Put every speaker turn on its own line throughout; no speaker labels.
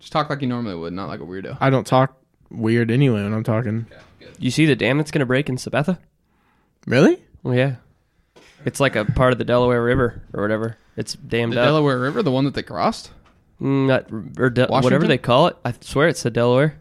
Just talk like you normally would, not like a weirdo.
I don't talk weird anyway when I'm talking.
You see the dam that's going to break in Sabetha?
Really?
Well, yeah. It's like a part of the Delaware River or whatever. It's dammed
The
up.
Delaware River, the one that they crossed.
Mm, not, or De- whatever
Washington?
they call it. I swear it's the Delaware.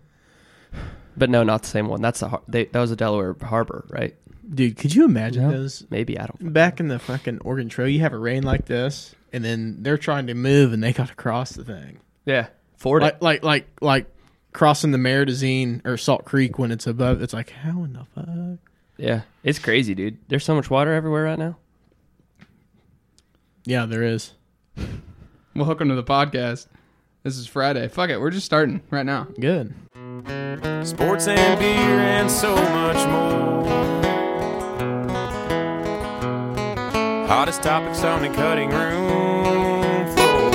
But no, not the same one. That's the har- they, that was a Delaware harbor, right?
Dude, could you imagine
No.
those
Maybe I don't.
back in the fucking Oregon Trail? You have a rain like this, and then they're trying to move, and they got to cross the thing,
Yeah, Ford.
like like like like crossing the Meredazine or Salt Creek when it's above. It's like how in the fuck?
yeah, it's crazy, dude. There's so much water everywhere right now.
Yeah, there is.
Welcome to the podcast. This is Friday. Fuck it, we're just starting right now.
Good.
Sports and beer and so much more. Hottest topics on the cutting room floor.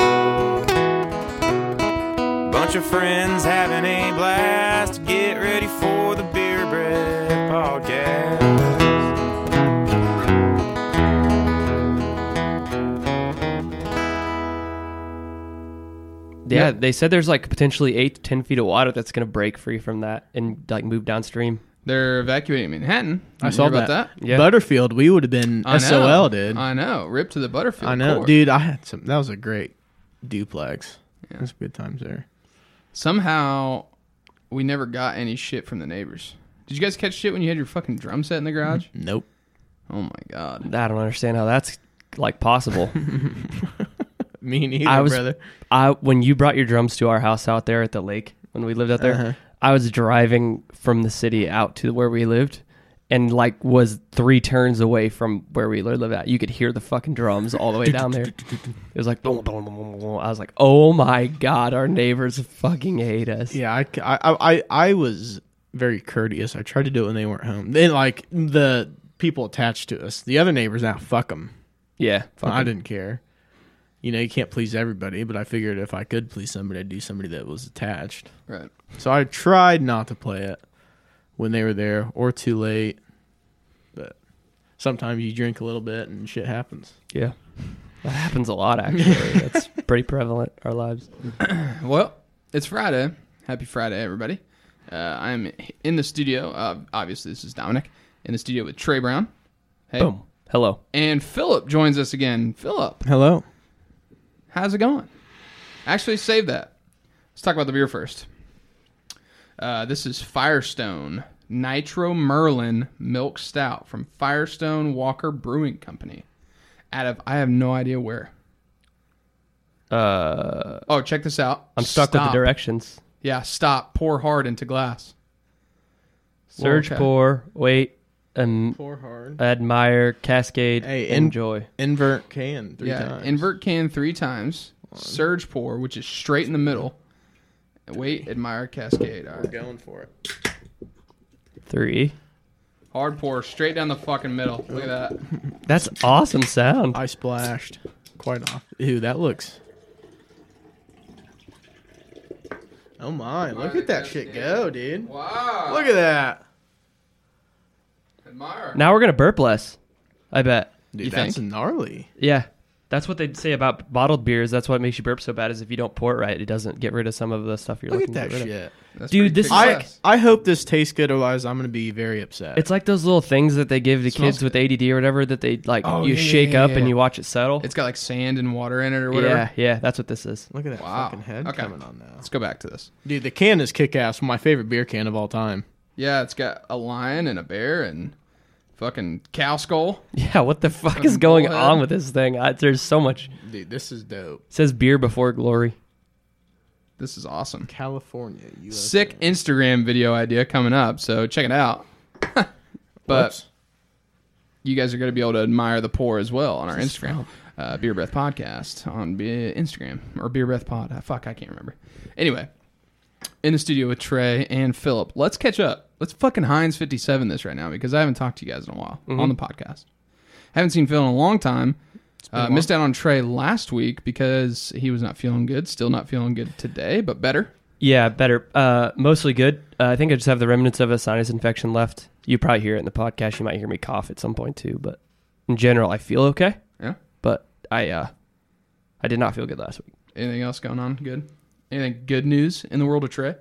Bunch of friends having a blast. Get ready for the Beer Bread Podcast.
Yeah,
Yeah.
they said there's like potentially eight to ten feet of water that's going to break free from that and like move downstream.
They're evacuating Manhattan.
I
You
saw
hear about that.
Yeah.
Butterfield, we would have been
I know.
SOL, dude. I,
I know. Rip to the Butterfield.
know,
Court.
dude. I had some. That was a great duplex. It was good times there.
Somehow, we never got any shit from the neighbors. Did you guys catch shit when you had your fucking drum set in the garage?
Nope. Mm-hmm.
Oh my god.
I don't understand how that's like possible.
Me neither,
I was-
brother.
I when you brought your drums to our house out there at the lake when we lived out there,
Uh-huh.
I was driving from the city out to where we lived, and like was three turns away from where we live at. You could hear the fucking drums all the way down there. It was like boom, boom, boom, boom, boom. I was like, oh my god, our neighbors fucking hate us.
Yeah, I, c- I- I- I- I was very courteous. I tried to do it when they weren't home. Then, like, the people attached to us, the other neighbors, now fuck them.
yeah. Fucking,
I didn't care. You know, you can't please everybody, but I figured if I could please somebody, I'd do somebody that was attached.
Right.
So I tried not to play it when they were there or too late. But sometimes you drink a little bit and shit happens.
yeah. That happens a lot actually. That's pretty prevalent in our lives.
Well, it's Friday. Happy Friday, everybody. Uh, I'm in the studio. Uh, obviously, this is Dominic in the studio with Trey Brown. Hey.
Boom. Hello.
And Philip joins us again. Philip,
Hello.
how's it going? Actually, save that. Let's talk about the beer first. Uh, this is Firestone Nitro Merlin Milk Stout from Firestone Walker Brewing Company. Out of I have no idea where.
Uh,
Oh, check this out.
I'm stuck with
Stop.
the directions.
Yeah, stop. Pour hard into glass.
Surge,
Okay.
pour, wait, um, and
Pour hard.
admire, cascade,
Hey, in-
enjoy.
Invert can three
yeah,
times.
invert can three times. Surge pour, which is straight in the middle. Wait, admire, cascade. All right.
Going for it.
Three.
Hard pour, straight down the fucking middle. Look at that.
That's awesome sound.
I splashed quite off. Ew, that looks. Oh my! Look at that shit go, dude.
Wow.
Look at that.
Admire.
Now we're gonna burp less. I bet.
Dude,
You
that's
think?
gnarly.
Yeah. That's what they say about bottled beers. That's what makes you burp so bad is if you don't pour it right, it doesn't get rid of some of the stuff you're
Look at
looking
that
to get rid of.
shit.
That's
Dude,
pretty
this is
kick-ass.
I I hope this tastes good, otherwise I'm gonna be very upset.
It's like those little things that they give to
Smells
kids with ADD or whatever that they like
Oh,
you
yeah,
shake
yeah,
up
yeah.
and you watch it settle.
it's got like sand and water in it or whatever.
yeah, yeah, that's what this is.
Look at that
Wow.
fucking head
Okay.
coming on now.
Let's go back to this.
Dude, the can is kick ass. My favorite beer can of all time.
Yeah, it's got a lion and a bear and fucking cow skull.
Yeah, what the fuck is
Fucking
going
bullhead.
on with this thing? I, there's so much. It
Dude, this is dope.
says beer before glory.
This is awesome.
California, USA.
Sick Instagram video idea coming up, so check it out. but
Whoops.
you guys are going to be able to admire the pour as well on our Instagram, uh, Beer Breath Podcast on Be- Instagram or Beer Breath Pod. Ah, fuck, I can't remember. Anyway, in the studio with Trey and Philip. Let's catch up. Let's fucking Heinz fifty seven this right now because I haven't talked to you guys in a while on the podcast. Haven't seen Phil in a long time. Uh, Missed out on Trey last week because he was not feeling good. Still not feeling good today, but better.
Yeah, better. Uh, mostly good. Uh, I think I just have the remnants of a sinus infection left. You probably hear it in the podcast. You might hear me cough at some point too, but in general, I feel okay.
Yeah.
But I, uh, I did not feel good last week.
Anything else going on? Good. Anything good news in the world of Trey?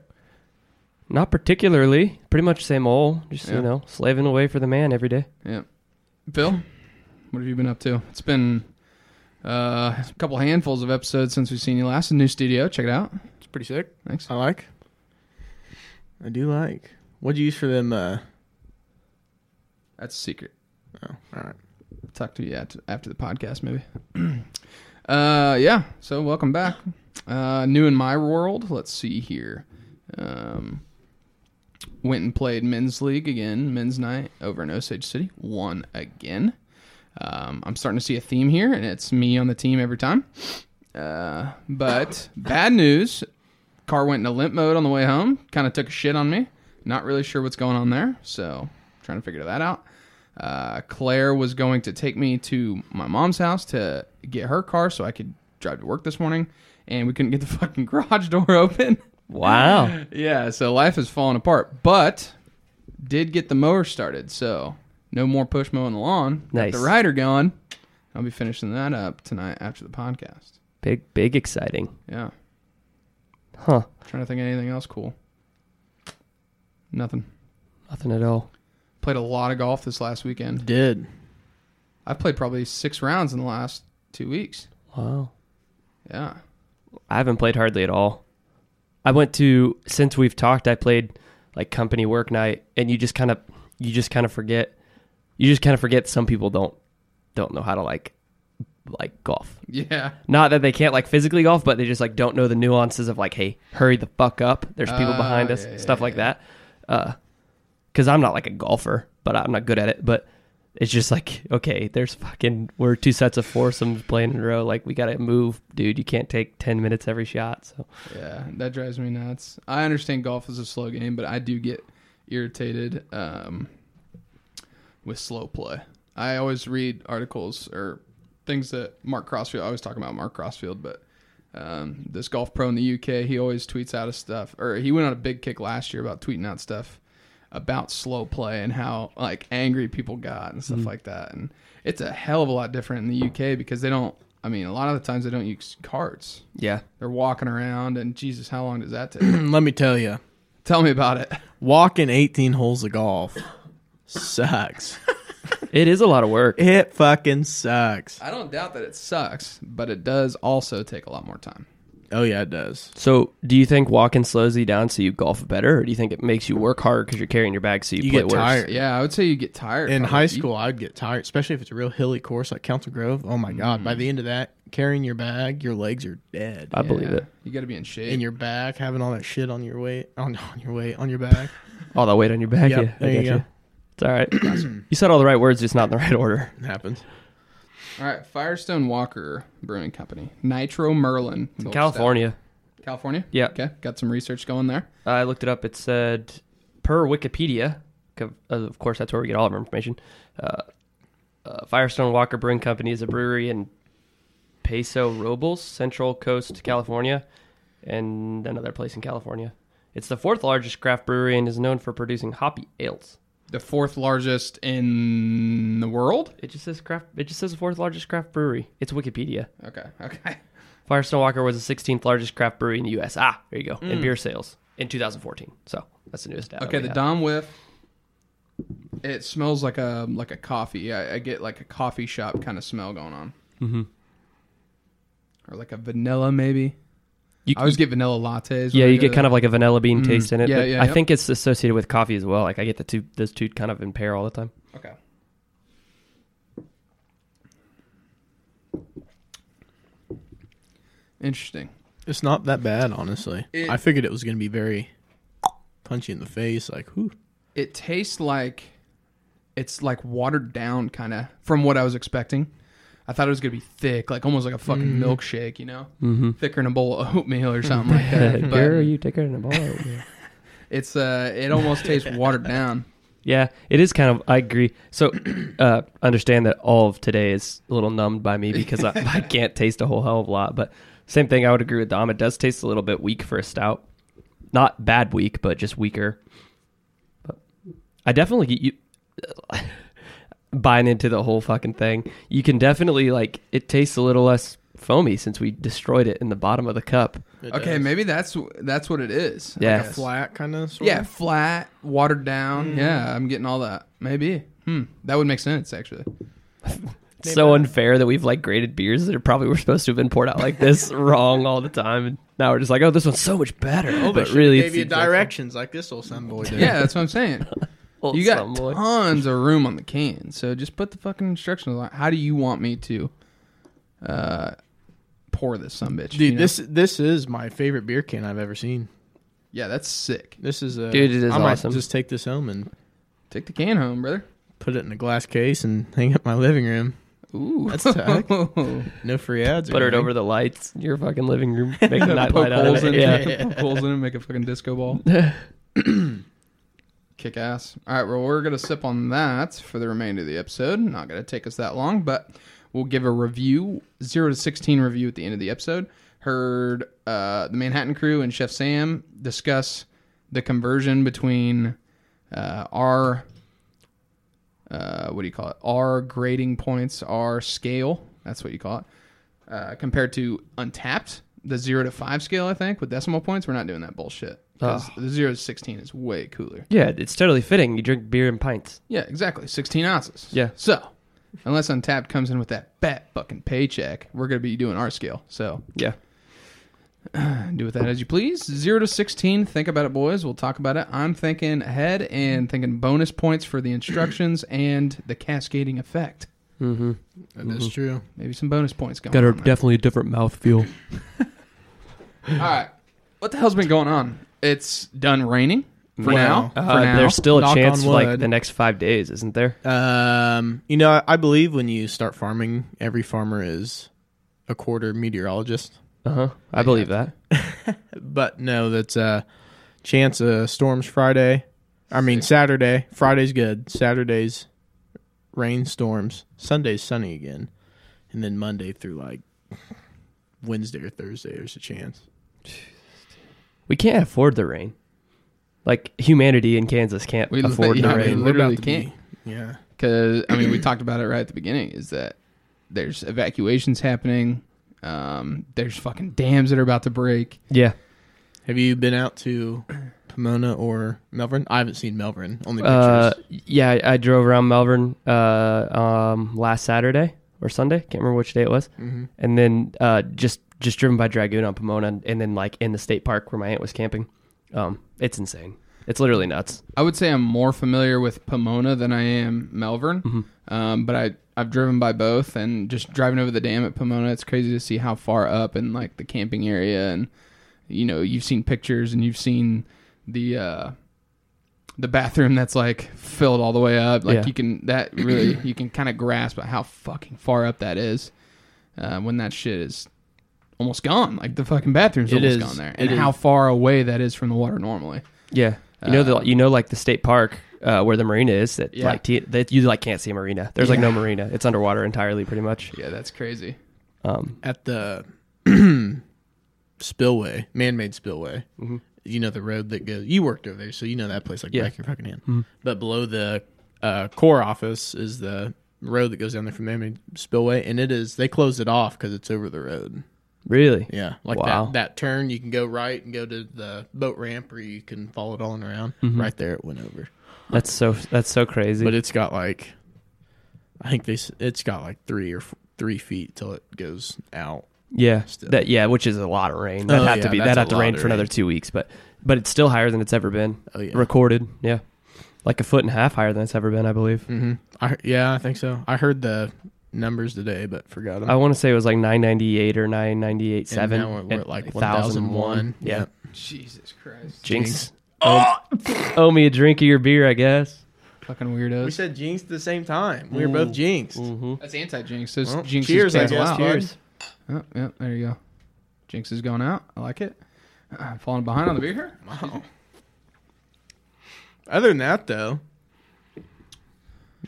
Not particularly. Pretty much same old. Just
Yeah.
you know, slaving away for the man every day.
Yeah. Phil, what have you been up to? It's been uh, a couple handfuls of episodes since we've seen you last. A new studio. Check it out.
It's pretty sick.
Thanks.
I like. I do like. What'd you use for them? Uh,
That's a secret.
oh, all right.
talk to you after, after the podcast, maybe. uh, yeah. So welcome back. Uh, new in my world. Let's see here. Um, went and played men's league again, men's night over in Osage City. Won again. Um, I'm starting to see a theme here, and it's me on the team every time. Uh, but bad news. Car went into limp mode on the way home. Kind of took a shit on me. Not really sure what's going on there. So trying to figure that out uh, Claire was going to take me to my mom's house to get her car so I could drive to work this morning, and we couldn't get the fucking garage door open.
Wow.
yeah, so life is falling apart. But did get the mower started, so no more push mowing the lawn. Got
Nice.
the rider going. I'll be finishing that up tonight after the podcast.
Big big exciting.
Yeah,
Huh.
trying to think of anything else cool. Nothing.
Nothing at all.
Played a lot of golf this last weekend.
Did
I played probably six rounds in the last two weeks.
Wow.
Yeah.
I haven't played hardly at all. I went to since we've talked, I played like company work night and you just kind of you just kind of forget you just kind of forget some people don't don't know how to like like golf.
Yeah.
Not that they can't like physically golf, but they just like don't know the nuances of like, hey, hurry the fuck up. There's people
Oh,
behind us,
yeah,
stuff
yeah,
like
yeah.
that. Uh, because I'm not like a golfer, but I'm not good at it. But it's just like, okay, there's fucking we're two sets of foursomes playing in a row. Like we gotta move, dude. You can't take ten minutes every shot. So
Yeah, that drives me nuts. I understand golf is a slow game, but I do get irritated um, with slow play. I always read articles or things that Mark Crossfield. I always talk about Mark Crossfield, but um, this golf pro in the UK, he always tweets out of stuff, or he went on a big kick last year about tweeting out stuff about slow play and how like angry people got and stuff like that. And it's a hell of a lot different in the UK because they don't. I mean, a lot of the times they don't use carts
yeah,
they're walking around and jesus how long does that take
let me tell you,
tell me about it
walking 18 holes of golf sucks.
it is a lot of work.
it fucking sucks.
i don't doubt that it sucks but it does also take a lot more time
Oh yeah, it does.
So do you think walking slows you down so you golf better, or do you think it makes you work harder because you're carrying your bag so you,
You
play
get
worse?
tired.
yeah i would say you get tired
In
probably.
high
You-
school, I'd get tired, especially if it's a real hilly course like Council Grove. Oh my god! By the end of that, carrying your bag, your legs are dead.
I believe
yeah,
it.
you got to be in shape
in your back, having all that shit on your weight, on, on your weight, on your back.
All that weight on your back.
Yep,
yeah, I
there you
gotcha.
go.
It's all right. you said all the right words, just not in the right order.
It happens.
all right firestone walker brewing company nitro merlin It's
California.
old stuff. california
Yeah.
okay got some research going there
I looked it up. It said, per Wikipedia, 'cause, uh, of course, that's where we get all of our information. Uh, uh, Firestone Walker Brewing Company is a brewery in Peso Robles, Central Coast, California, and another place in California. It's the fourth largest craft brewery and is known for producing hoppy ales.
the fourth largest in the world
It just says craft. It just says the fourth largest craft brewery. It's Wikipedia.
okay okay
Firestone Walker was the 16th largest craft brewery in the U.S. Ah, there you go. In beer sales in 2014. So that's the newest data.
Mm. Okay,
we
the
have.
Dom whiff. It smells like a like a coffee. I, I get like a coffee shop kind of smell going on. Mm-hmm. Or like a vanilla, maybe.
You-
I always get vanilla lattes.
Yeah, you get kind of like a vanilla bean taste in it.
Mm. Yeah,
but
yeah,
I
yep.
think it's associated with coffee as well. Like I get the two, those two kind of in pair all the time.
of okay. Interesting.
It's not that bad, honestly.
It-
I figured it was going to be very punchy in the face, like, whew.
it tastes like it's like watered down kind of from what I was expecting. I thought it was gonna be thick, like almost like a fucking milkshake, you know, mm-hmm. thicker than a bowl of oatmeal or something like that. But
you taking a ball?
it's uh, it almost tastes watered down.
yeah, it is kind of. I agree. So uh, understand that all of today is a little numbed by me because I, I can't taste a whole hell of a lot. But same thing, I would agree with Dom. It does taste a little bit weak for a stout. Not bad weak, but just weaker. But I definitely get you. buying into the whole fucking thing. You can definitely like it tastes a little less foamy since we destroyed it in the bottom of the cup.
It
Okay,
does.
maybe that's that's what it is. I
Yeah.
guess.
flat kind of.
yeah, flat, watered down. Yeah, I'm getting all that. Maybe. Hmm. That would make sense actually.
It's so unfair that we've like graded beers that are probably were supposed to have been poured out like this wrong all the time, and now we're just like, oh, this one's so much better.
Oh,
but
but
really,
really,
it's
gave you
the exact
directions like this old son boy did.
Yeah, that's what I'm saying.
old
You got
son boy.
tons of room on the can, so just put the fucking instructions on. How do you want me to uh, pour this some bitch?
Dude, this this is my favorite beer can I've ever seen.
yeah, that's sick.
This is a
Dude, it is
I might
awesome.
just take this home and
Take the can home, brother.
put it in a glass case and hang it in my living room.
Ooh,
That's tight. No free ads. or
Put it
anything.
over the lights in your fucking living room, make a night
poke
light out
holes in
of it.
it.
Yeah.
Poke holes in it. Make a fucking disco ball. Kick ass. All right. Well, we're gonna sip on that for the remainder of the episode. Not gonna take us that long, but we'll give a review, zero to sixteen review at the end of the episode. Heard uh, the Manhattan Crew and Chef Sam discuss the conversion between uh, our uh, what do you call it? Our grading points, our scale. That's what you call it uh, compared to Untapped, the zero to five scale, I think, with decimal points. We're not doing that bullshit. 'Cause The zero to sixteen is way cooler.
yeah, it's totally fitting. You drink beer in pints.
Yeah, exactly. Sixteen ounces.
Yeah.
So, unless Untapped comes in with that fat fucking paycheck, we're gonna be doing our scale. So
Yeah.
do with that as you please. Zero to sixteen. Think about it, boys. We'll talk about it. I'm thinking ahead and thinking bonus points for the instructions and the cascading effect.
Mm-hmm.
That is true.
Maybe some bonus points going.
Got a
on there.
definitely a different mouth feel.
All right. What the hell's been going on? It's done raining for
Wow.
now.
Uh,
for now.
There's still a
Knock
chance
on
for like
wood.
the next five days, isn't there?
Um, you know, I- I believe when you start farming, every farmer is a quarter meteorologist.
Uh
Uh-huh.
huh. I believe that.
But no, that's a chance of storms Friday. I mean Saturday. Friday's good. Saturday's rain storms. Sunday's sunny again, and then Monday through like Wednesday or Thursday, there's a chance.
We can't afford the rain. Like humanity in Kansas can't
We-
afford
yeah,
the
I mean,
rain.
we're
literally
about to be-
can't.
Yeah.
because I mean we talked about it right at the beginning is that there's evacuations happening. Um, there's fucking dams that are about to break.
Yeah.
Have you been out to Pomona or Melbourne? I haven't seen Melbourne. Only pictures.
Uh, yeah, I- I drove around Melbourne uh, um, last Saturday or Sunday. Can't remember which day it was.
Mhm.
And then uh, just just driven by Dragoon on Pomona, and then like in the state park where my aunt was camping. Um, it's insane. It's literally nuts.
I would say I'm more familiar with Pomona than I am Melbourne, um, but I I've driven by both and just driving over the dam at Pomona. It's crazy to see how far up and like the camping area and you know you've seen pictures and you've seen the uh, the bathroom that's like filled all the way up. Like
Yeah.
you can that really you can kind of grasp how fucking far up that is uh, when that shit is almost gone. Like the fucking bathroom's
It
almost
is.
gone there,
It
and
is.
how far away that is from the water normally.
Yeah, you know the
Uh,
you know like the state park uh, where the marina is that
Yeah.
like t- that you like can't see a marina. There's like no marina. It's underwater entirely, pretty much.
Yeah, that's crazy.
Um,
at the spillway, man-made spillway. You know the road that goes. You worked over there, so you know that place like
Mm-hmm. Yeah. Mm-hmm.
back of your fucking hand. But below the uh, core office is the road that goes down there from man-made spillway, and it is they closed it off because it's over the road.
really?
Yeah, like
Wow.
that that turn you can go right and go to the boat ramp, or you can follow it on around.
Mm-hmm.
Right there, it went over.
That's so that's so crazy.
But it's got like, I think they s- it's got like three or f- three feet till it goes out.
Yeah,
Still.
that yeah, which is a lot of rain. That would
Oh,
have
yeah,
to be
that's
that
a
have to
lot
rain
of
for another
rain.
two weeks, but but it's still higher than it's ever been.
Oh yeah,
Recorded, yeah, like a foot and a half higher than it's ever been, I believe.
Mm-hmm. I yeah, I think so. I heard the numbers today, but forgot them.
I want to say it was like nine ninety eight or nine ninety eight seven.
now we're- we're at, like, 1001.
Yeah,
Yep.
Jesus Christ.
jinx. Oh! owe me a drink of your beer, I guess.
Fucking weirdos.
we said jinx at the same time. We were both jinxed.
That's anti Jinx. Those
Well,
Jinx is
cheers, I
canceled
guess.
out.
Cheers.
Oh, yeah, there you go. Jinx is going out. I like it. Uh, I'm falling behind on the beer here.
Wow. Other than that, though,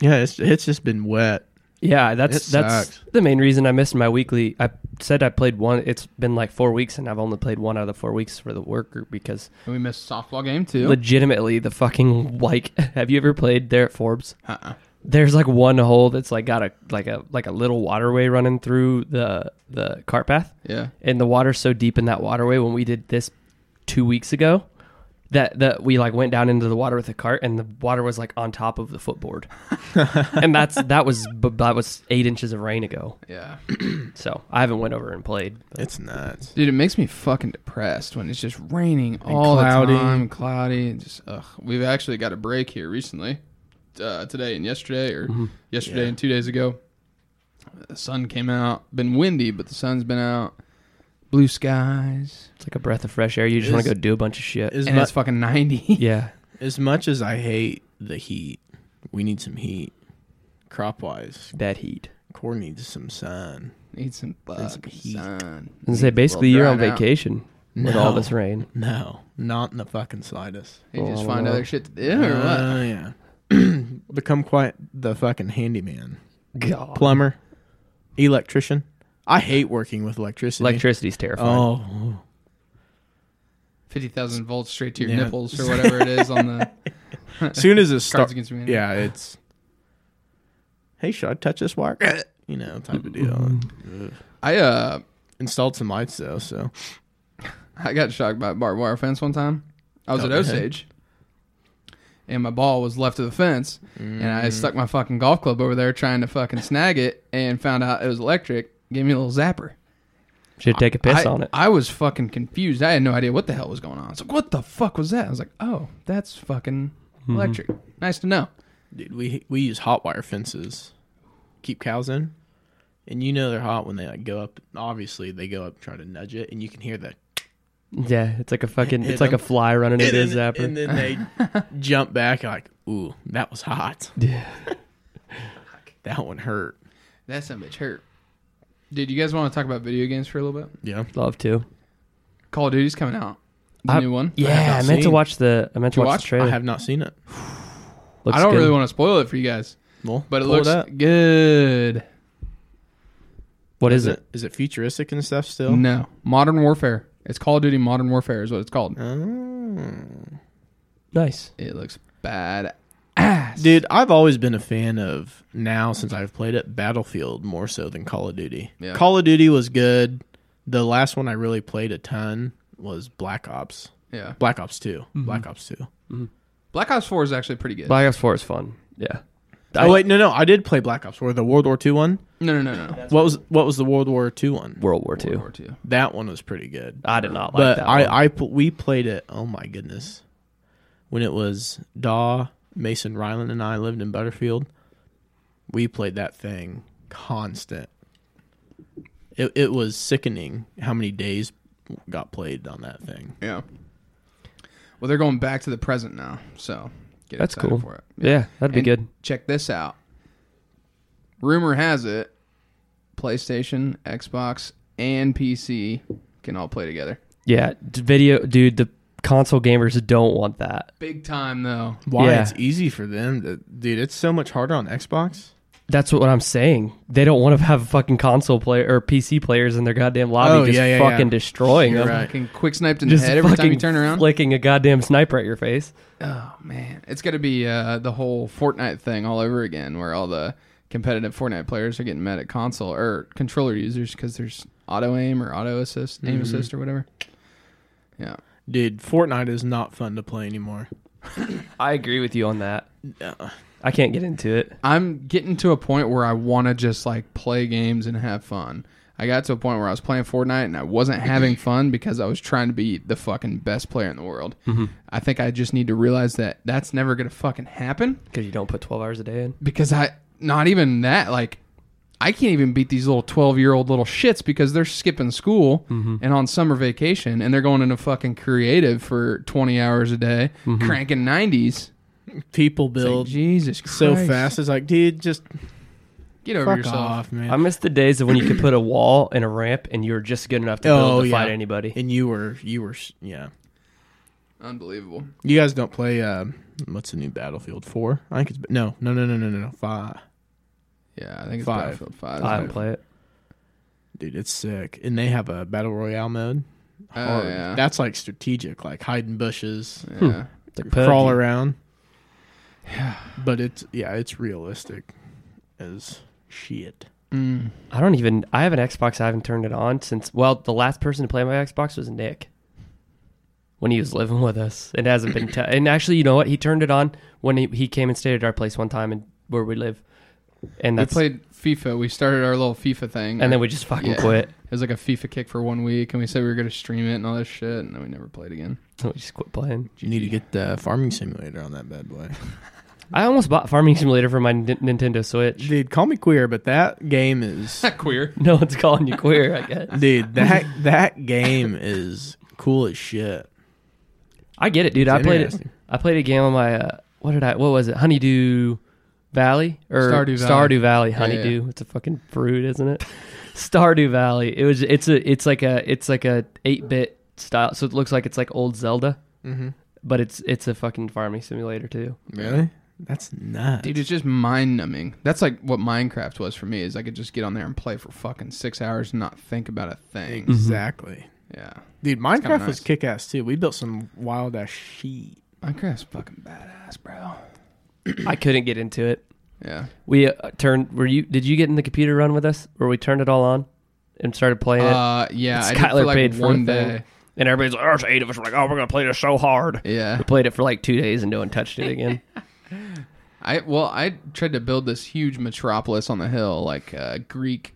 yeah, it's it's just been wet.
Yeah, that's
It
that's
sucks.
the main reason I missed my weekly. I said I played one. It's been like four weeks, and I've only played one out of the four weeks for the work group because
And we missed softball game too.
legitimately the fucking like have you ever played there at Forbes?
Uh-uh.
There's like one hole that's like got a like a like a little waterway running through the the cart path,
Yeah.
and the water's so deep in that waterway. When we did this two weeks ago, that that we like went down into the water with a cart, and the water was like on top of the footboard, and that's that was but that was eight inches of rain ago.
Yeah.
So I haven't went over and played. but-
It's nuts.
Dude, it makes me fucking depressed when it's just raining all
cloudy.
the time, cloudy. and Just ugh. We've actually got a break here recently, uh, today and yesterday, or yesterday
Yeah.
and two days ago. The sun came out. Been windy, but the sun's been out. Blue skies,
It's like a breath of fresh air. You just want
Is-
to go do a bunch of shit.
As,
and
mu-
it's fucking ninety.
yeah.
as much as I hate the heat, we need some heat. Crop wise,
Bad heat.
corn needs some sun.
Need some
It's
fucking
heat.
sun.
And say basically
Well,
you're
dry
on
it out.
vacation with all
No.
this rain.
No, not in the fucking slightest.
You just
Well,
find
well.
other shit to do, or what?
Uh, yeah. Become quite the fucking handyman,
God.
plumber, electrician. I hate working with electricity.
Electricity's terrifying.
Oh,
Fifty thousand volts straight to your
Yeah.
nipples, or whatever it is on the
Oh. soon as it
Cards
starts,
Against Humanity.
yeah, it's. Hey, should I touch this wire? You know, type of deal.
Mm-hmm. I uh,
Installed some lights though, so
I got shocked by a barbed wire fence one time. I
Oh,
was at
Okay.
Osage, and my ball was left of the fence, and I
Mm.
stuck my fucking golf club over there trying to fucking snag it, and found out it was electric. Gave me a little zapper.
Should take a
I,
piss on it.
I was fucking confused. I had no idea what the hell was going on. I was like, "What the fuck was that?" I was like, "Oh, that's fucking
Mm-hmm.
electric. Nice to know."
dude, we we use hot wire fences, keep cows in, and you know they're hot when they like go up. Obviously, they go up and try to nudge it, and you can hear the
yeah, it's like a fucking
Hit
it's like a
him.
fly running into a
and,
zapper.
then, and then they jump back like, ooh, that was hot.
yeah.
That one hurt.
That some bitch hurt. Dude, you guys want to talk about video games for a little bit?
Yeah,
Love to.
Call of Duty's coming out. The
I-
new one.
Yeah, I,
not
meant to
seen.
watch the I meant to
You
watch,
watch?
the
I
trailer.
I have not seen it.
Looks
I don't
good.
really want to spoil it for you guys,
Well,
but it
pull
looks
up.
good.
What
Is
is it?
it is it futuristic and stuff still?
No, Modern Warfare. It's Call of Duty Modern Warfare is what it's called.
Oh.
Nice.
It looks bad.
Dude, I've always been a fan of now since I've played it Battlefield more so than Call of Duty.
Yeah.
Call of Duty was good. The last one I really played a ton was Black Ops.
Yeah,
Black Ops 2. Black Ops 2.
Black Ops Four is actually pretty good.
Black Ops 4 is fun. Yeah. I-
oh wait, no no, I did play Black Ops War, the World War 2 one.
no, no, no, no.
What was what was the World War 2 one?
World War
World
II.
War Two.
That one was pretty good.
I did not like
but
that.
I
one.
I pl- we played it. Oh my goodness, when it was Daw Mason Ryland and I lived in Butterfield, we played that thing constant. It it was sickening how many days got played on that thing.
Yeah. Well, they're going back to the present now, so get
That's
excited
cool.
for it.
yeah, that'd be
And
good.
Check this out. Rumor has it, PlayStation, Xbox, and PC can all play together.
Yeah, d- video dude, the console gamers don't want that.
Big time though.
Why
Yeah.
it's easy for them, to, dude. It's so much harder on Xbox.
That's what I'm saying. They don't want to have fucking console player or PC players in their goddamn lobby
Oh,
just
yeah, yeah,
fucking
yeah.
destroying
You're
them.
Right.
Fucking quick sniped in the
Just
head every time you
fucking
turn around.
flicking a goddamn sniper at your face.
Oh man, it's got to be uh, the whole Fortnite thing all over again, where all the competitive Fortnite players are getting mad at console or controller users because there's auto aim or auto assist,
Mm-hmm.
aim assist or whatever. Yeah,
Dude, Fortnite is not fun to play anymore.
I agree with you on that.
No.
I can't get into it.
I'm getting to a point where I want to just like play games and have fun. I got to a point where I was playing Fortnite and I wasn't having fun because I was trying to be the fucking best player in the world.
Mm-hmm.
I think I just need to realize that that's never gonna fucking happen.
Because you don't put 12 hours a day in.
because I not even that like I can't even beat these little 12 year old little shits because they're skipping school
Mm-hmm.
and on summer vacation and they're going into fucking creative for 20 hours a day cranking 90s
People
like,
Mm-hmm. build
Jesus Christ
so fast. It's like, dude, just
get over
fuck
yourself
off, man.
I miss the days of when you could put a wall and a ramp and you were just good enough to build
Oh,
to
yeah.
fight anybody.
and you were you were s- yeah.
unbelievable
You guys don't play uh, what's the new Battlefield Four? I think it's no, no, no, no, no, no, no, five.
yeah I think it's
Five.
Battlefield 5
I don't play it.
Dude, it's sick, and they have a battle royale mode.
Oh,
Hard.
yeah.
That's like strategic, like hiding bushes,
yeah
It's like
crawl
PUBG.
around. But it's yeah, it's realistic as shit.
Hmm.
Mm.
I don't even. I have an Xbox. I haven't turned it on since. Well, the last person to play my Xbox was Nick when he was living with us. It hasn't been. T- and actually, you know what? He turned it on when he, he came and stayed at our place one time and where we live. And
We
that's
played FIFA. We started our little FIFA thing,
and then we just fucking
Yeah.
quit.
it was like a FIFA kick for one week, and we said we were gonna stream it and all this shit, and then we never played again.
We just quit playing.
You need to get the farming simulator on that bad boy.
I almost bought Farming Simulator for my N- Nintendo Switch.
Dude, call me queer, but that game is
queer.
no one's calling you queer. I guess.
dude that that game is cool as shit.
I get it, dude.
It's
I played it.
interesting.
I played a game on my uh, what did I? What was it? Honeydew Valley or
Stardew Valley.
Stardew Valley?
Yeah, yeah,
Honeydew. It's a fucking fruit, isn't it? Stardew Valley. It was. It's a. It's like a. It's like a eight bit style. So it looks like it's like old Zelda, but it's it's a fucking farming simulator too.
Mm-hmm. Really? That's nuts.
Dude, it's just mind numbing. That's like what Minecraft was for me. Is I could just get on there and play for fucking six hours and not think about a thing.
exactly.
Mm-hmm.
Yeah,
Dude, Minecraft
Mm-hmm. kinda nice.
was kick ass too. We built some wild ass shit.
Minecraft's fucking badass, bro.
I couldn't get into it.
Yeah,
We uh, turned. Were you? Did you get in the computer run with us? Where we turned it all on and started playing it.
uh, yeah.
It's
I did for
Skylar
like
paid for
one
the thing.
day.
And everybody's like, "There's eight of us." We're like, "Oh, we're gonna play this so hard."
Yeah,
We played it for like two days and no one touched it again.
I well, I tried to build this huge metropolis on the hill, like uh, Greek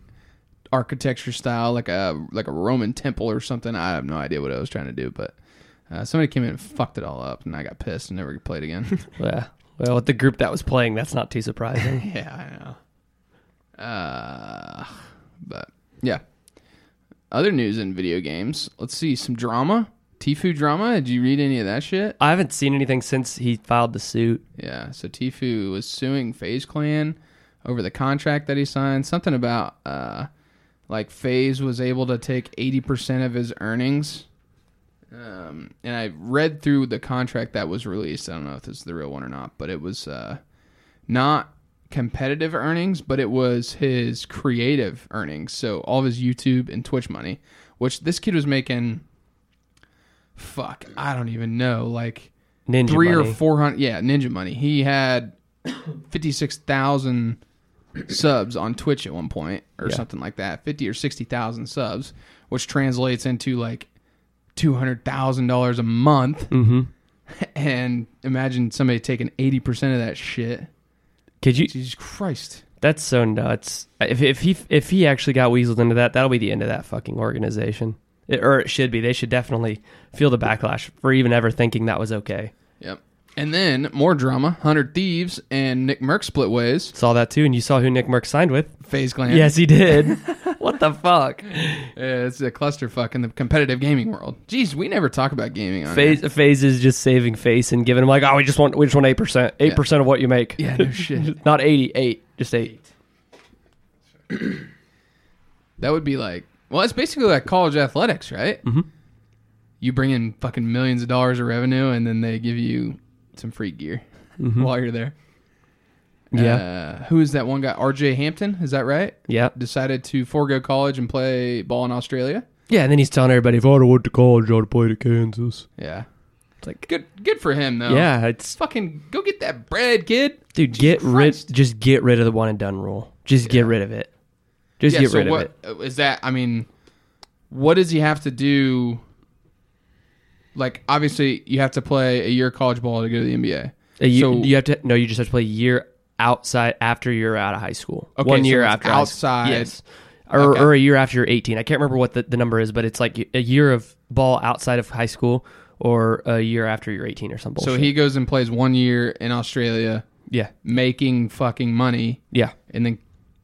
architecture style, like a like a Roman temple or something. I have no idea what I was trying to do, but uh, somebody came in and fucked it all up, and I got pissed and never played again.
Yeah. Well, with the group that was playing, that's not too surprising.
yeah, I know. Uh, but yeah. Other news in video games. Let's see some drama. Tfue drama. Did you read any of that shit?
I haven't seen anything since he filed the suit.
Yeah, so Tfue was suing FaZe Clan over the contract that he signed. Something about uh, like FaZe was able to take eighty percent of his earnings. Um, and I read through the contract that was released. I don't know if this is the real one or not, but it was uh, not competitive earnings, but it was his creative earnings. So all of his YouTube and Twitch money, which this kid was making. Fuck, I don't even know. Like
Ninja
three
Money.
or four hundred. Yeah, Ninja Money. He had fifty six thousand subs on Twitch at one point, or
Yeah.
something like that. Fifty or sixty thousand subs, which translates into like two hundred thousand dollars a month.
Mm-hmm.
And imagine somebody taking eighty percent of that shit.
Could you?
Jesus Christ.
That's so nuts. If if he if he actually got weaseled into that, that'll be the end of that fucking organization. It, or it should be. They should definitely feel the backlash for even ever thinking that was okay.
Yep. And then more drama. Hundred Thieves and Nick Merck split ways.
Saw that too, and you saw who Nick Merck signed with.
Phase Clan.
Yes, he did. what the fuck?
Yeah, it's a clusterfuck in the competitive gaming world. Jeez, we never talk about gaming on here.
Phase, phase is just saving face and giving him like, oh, we just want we just want eight percent, eight percent of what you make.
Yeah, no shit.
Not eighty, eight, just eight.
That would be like, well, it's basically like college athletics, right? Mm-hmm. You bring in fucking millions of dollars of revenue, and then they give you some free gear while you're there.
Mm-hmm. Yeah,
Uh, who is that one guy? R.J. Hampton, is that right?
yeah.
Decided to forego college and play ball in Australia.
Yeah, and then he's telling everybody, if I would have went to college, I'd have played at Kansas.
Yeah,
It's like,
good, good for him though.
yeah, it's
fucking go get that bread, kid.
dude, get
Christ.
rid, just get rid of the one and done rule. Just get rid of it. Just get
so
rid
what uh,
of it.
is that? I mean, what does he have to do? Like, obviously, you have to play a year of college ball to go to the NBA.
Uh, You,
so-
you have to no, you just have to play a year outside after you're out of high school.
Okay,
one
so
year
it's
after high school.
outside.
yes, or,
Okay.
or a year after you're 18. I can't remember what the, the number is, but it's like a year of ball outside of high school or a year after you're 18 or something.
So he goes and plays one year in Australia,
yeah,
making fucking money,
yeah.
and then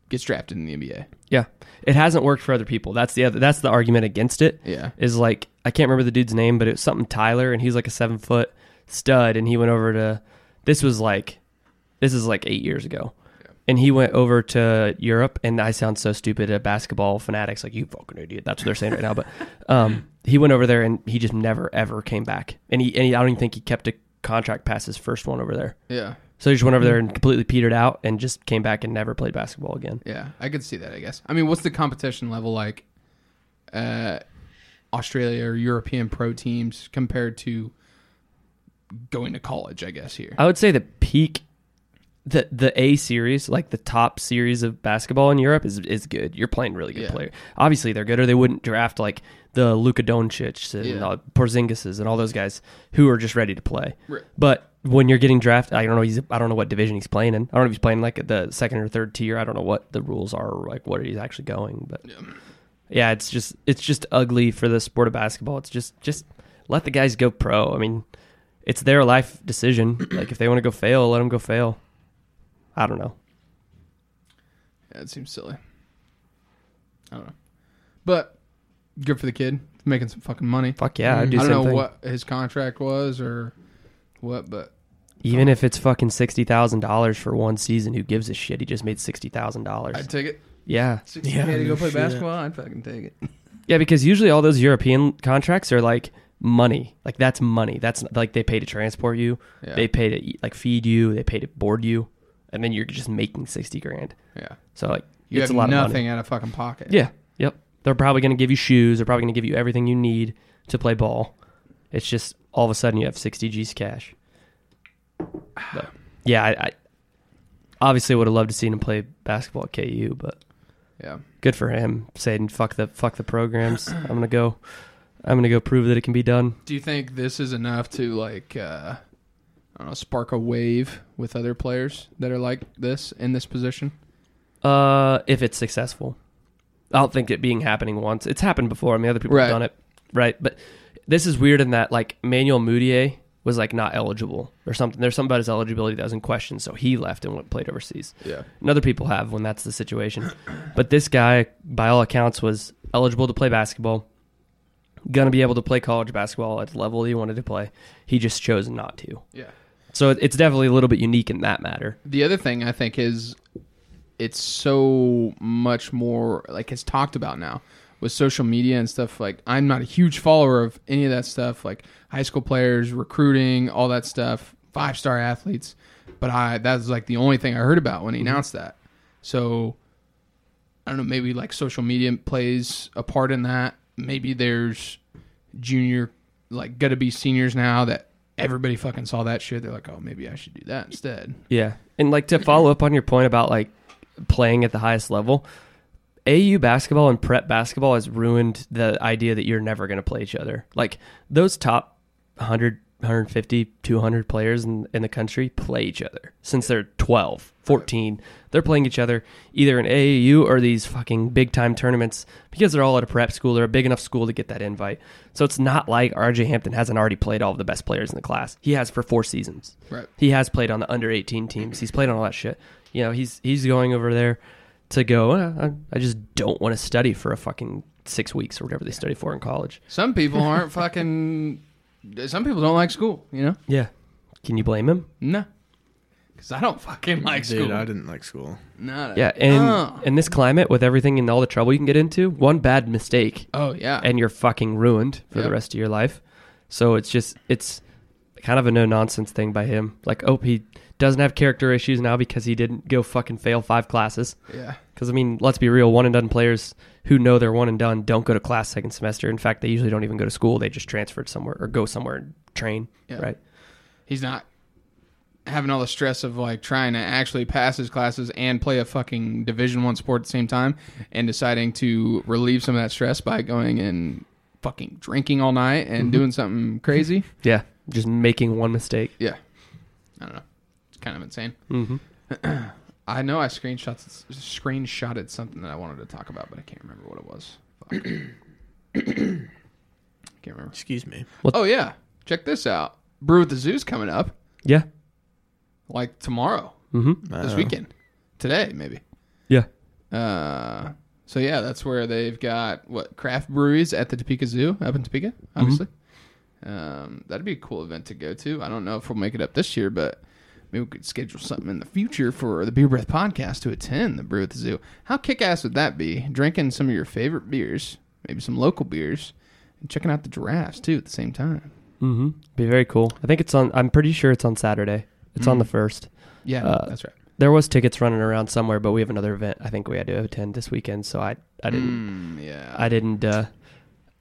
gets drafted in the NBA.
Yeah, it hasn't worked for other people. That's the other. That's the argument against it.
Yeah.
is like I can't remember the dude's name, but it was something Tyler, and he's like a seven foot stud, and he went over to. This was like, this is like eight years ago, and he went over to Europe, and I sound so stupid at basketball fanatics, like you fucking idiot. That's what they're saying right now, but um, he went over there and he just never ever came back, and he and he, I don't even think he kept a contract past his first one over there.
Yeah,
So he just went over there and completely petered out, and just came back and never played basketball again.
yeah, I could see that. I guess. I mean, what's the competition level like? Uh, Australia or European pro teams compared to going to college? I guess here.
Uh, I would say the peak the the A series, like the top series of basketball in Europe, is is good. You're playing really good
Yeah.
players. Obviously, they're good, or they wouldn't draft like the Luka Doncic and
Yeah.
uh, Porzingises and all those guys who are just ready to play.
Right.
But when you're getting drafted, I don't know. He's I don't know what division he's playing in. I don't know if he's playing like the second or third tier. I don't know what the rules are, or like what he's actually going. But yeah. it's just it's just ugly for the sport of basketball. It's just just let the guys go pro. I mean, it's their life decision. like if they want to go fail, let them go fail. I don't know.
Yeah, it seems silly. I don't know, but good for the kid making some fucking money.
Fuck yeah, I'd do
Mm, I
the
don't
same
know
thing.
what his contract was or what, but
Even if it's fucking sixty thousand dollars for one season, who gives a shit? He just made sixty thousand dollars.
I'd take it.
Yeah,
Sixty
Yeah,
k to
no
go play
shit.
basketball, I'd fucking take it.
yeah, because usually all those European contracts are like money. Like that's money. That's like they pay to transport you.
Yeah.
They pay to eat, like feed you. They pay to board you, and then you're just making sixty grand.
yeah.
So like
You
it's
have
a lot of money.
nothing out of fucking pocket.
Yeah. Yep. They're probably going to give you shoes. They're probably going to give you everything you need to play ball. It's just all of a sudden you have 60 G's cash. But, yeah, I, I obviously would have loved to seen him play basketball at KU, but
Yeah.
good for him saying fuck the fuck the programs. I'm gonna go. I'm gonna go prove that it can be done.
Do you think this is enough to like uh I don't know, spark a wave with other players that are like this in this position?
Uh, if it's successful, I don't think it being happening once. It's happened before. I mean, other people
Right.
have done it, right? But this is weird in that like Manuel Moutier was like not eligible or something. There's something about his eligibility that was in question, so he left and went played overseas.
Yeah.
And other people have when that's the situation. But this guy, by all accounts, was eligible to play basketball, gonna be able to play college basketball at the level he wanted to play. He just chose not to.
Yeah.
So it- it's definitely a little bit unique in that matter.
The other thing I think is it's so much more like it's talked about now with social media and stuff like I'm not a huge follower of any of that stuff like high school players recruiting all that stuff five star athletes but I that was like the only thing I heard about when he announced that so I don't know maybe like social media plays a part in that maybe there's junior like gotta be seniors now that everybody fucking saw that shit they're like oh maybe I should do that instead
Yeah. And like to follow up on your point about like playing at the highest level, AU basketball and prep basketball has ruined the idea that you're never going to play each other. Like those top 100, 150, 200 players in, in the country play each other since they're 12, 14. They're playing each other either in AAU or these fucking big time tournaments because they're all at a prep school or a big enough school to get that invite. So it's not like RJ Hampton hasn't already played all of the best players in the class. He has for four seasons.
Right.
He has played on the under 18 teams. He's played on all that shit. You know, he's he's going over there to go. "Uh, I, I just don't want to study for a fucking six weeks or whatever they study for in college.
Some people aren't fucking. Some people don't like school, you know?
Yeah. Can you blame him?
No. Because I don't fucking like
Dude,
school.
I didn't like school.
Not
Yeah.
at
And
all.
in this climate, with everything and all the trouble you can get into, one bad mistake
oh, yeah.
and you're fucking ruined for
Yep.
the rest of your life. So it's just it's kind of a no nonsense thing by him. Like, oh, he doesn't have character issues now because he didn't go fucking fail five classes.
yeah.
Because I mean, let's be real, one and done players who know they're one and done don't go to class second semester. In fact, they usually don't even go to school. They just transfer to somewhere or go somewhere and train.
Yeah.
Right?
He's not having all the stress of like trying to actually pass his classes and play a fucking division one sport at the same time and deciding to relieve some of that stress by going and fucking drinking all night and doing something crazy.
Yeah. Just making one mistake.
Yeah. I don't know. It's kind of insane.
Mm-hmm.
I know I screenshots screenshotted something that I wanted to talk about, but I can't remember what it was. Fuck. can't remember.
Excuse me.
Oh yeah, check this out. Brew at the Zoo's coming up
Yeah.
like tomorrow,
Mm-hmm.
this
Uh,
weekend, today maybe.
Yeah.
Uh, so yeah, that's where they've got what craft breweries at the Topeka Zoo up in Topeka, obviously. Um, that'd be a cool event to go to. I don't know if we'll make it up this year, but maybe we could schedule something in the future for the Beer Breath podcast to attend the Brew at the Zoo. How kick ass would that be? Drinking some of your favorite beers, maybe some local beers, and checking out the giraffes too at the same time.
Mm-hmm. Be very cool. I think it's on. I'm pretty sure it's on Saturday. It's on the
Mm.
first.
Yeah,
Uh,
that's right.
There was tickets running around somewhere, but we have another event. I think we had to attend this weekend, so I I didn't
Mm, yeah,
I didn't uh,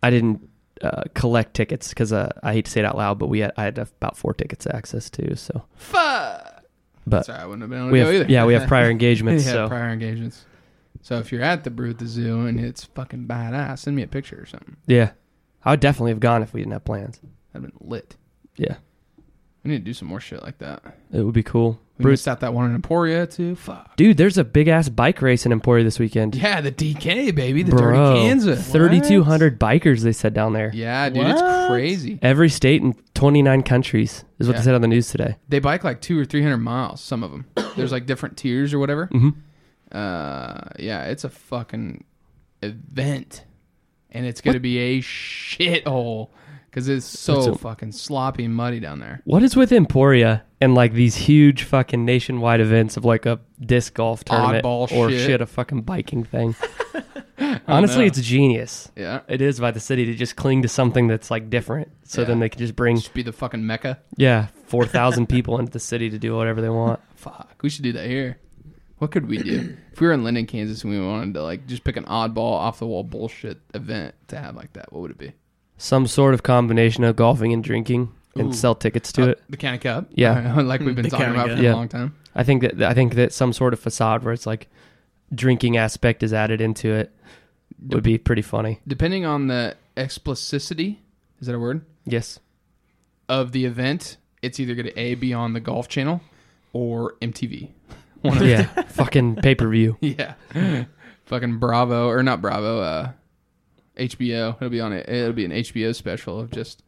I didn't uh, collect tickets because uh, I hate to say it out loud, but we had, I had about four tickets to access to. So
fuck.
But
Sorry, I wouldn't have been able to
we
go
have
either.
yeah we have prior
We
engagements.
had
so
prior engagements. So if you're at the brew at the zoo and it's fucking badass, send me a picture or something.
yeah, I would definitely have gone if we didn't have plans.
That'd been lit.
Yeah,
We need to do some more shit like that.
it would be cool.
We
Bruce-
missed out that one in Emporia too. Fuck.
Dude, there's a big ass bike race in Emporia this weekend.
Yeah, the DK baby, the
Bro,
dirty Kansas.
3,200 bikers they said down there.
Yeah, dude, it's
What?
crazy.
Every state and 29 countries is what
Yeah.
they said on the news today.
They bike like two or three hundred miles. Some of them. There's like different tiers or whatever.
Mhm.
Uh, yeah, it's a fucking event, and it's gonna be a shithole because it's
That's
so
a-
fucking sloppy, and muddy down there.
What is with Emporia and like these huge fucking nationwide events of like a disc golf tournament
Oddball
or
shit.
a fucking biking thing? Honestly,
know.
it's genius.
Yeah,
It is by the city to just cling to something that's like different, so
Yeah.
then they can just bring
just be the fucking mecca.
yeah four thousand people into the city to do whatever they want.
Fuck, we should do that here. What could we do if we were in Linden, Kansas, and we wanted to like just pick an oddball, off the wall bullshit event to have like that? What would it be?
Some sort of combination of golfing and drinking, and
Ooh.
sell tickets to
Uh,
it.
the County Cup.
Yeah.
like we've been
The
talking
County
about
Cup.
for
Yeah.
a long time.
I think that I think that some sort of facade where it's like drinking aspect is added into it would be pretty funny.
Depending on the explicitity, is that a word
Yes.
of the event? It's either going to a be on the Golf Channel or MTV. One of
Yeah. Fucking pay per view.
yeah, fucking Bravo or not Bravo, uh, HBO. It'll be on it. It'll be an HBO special of just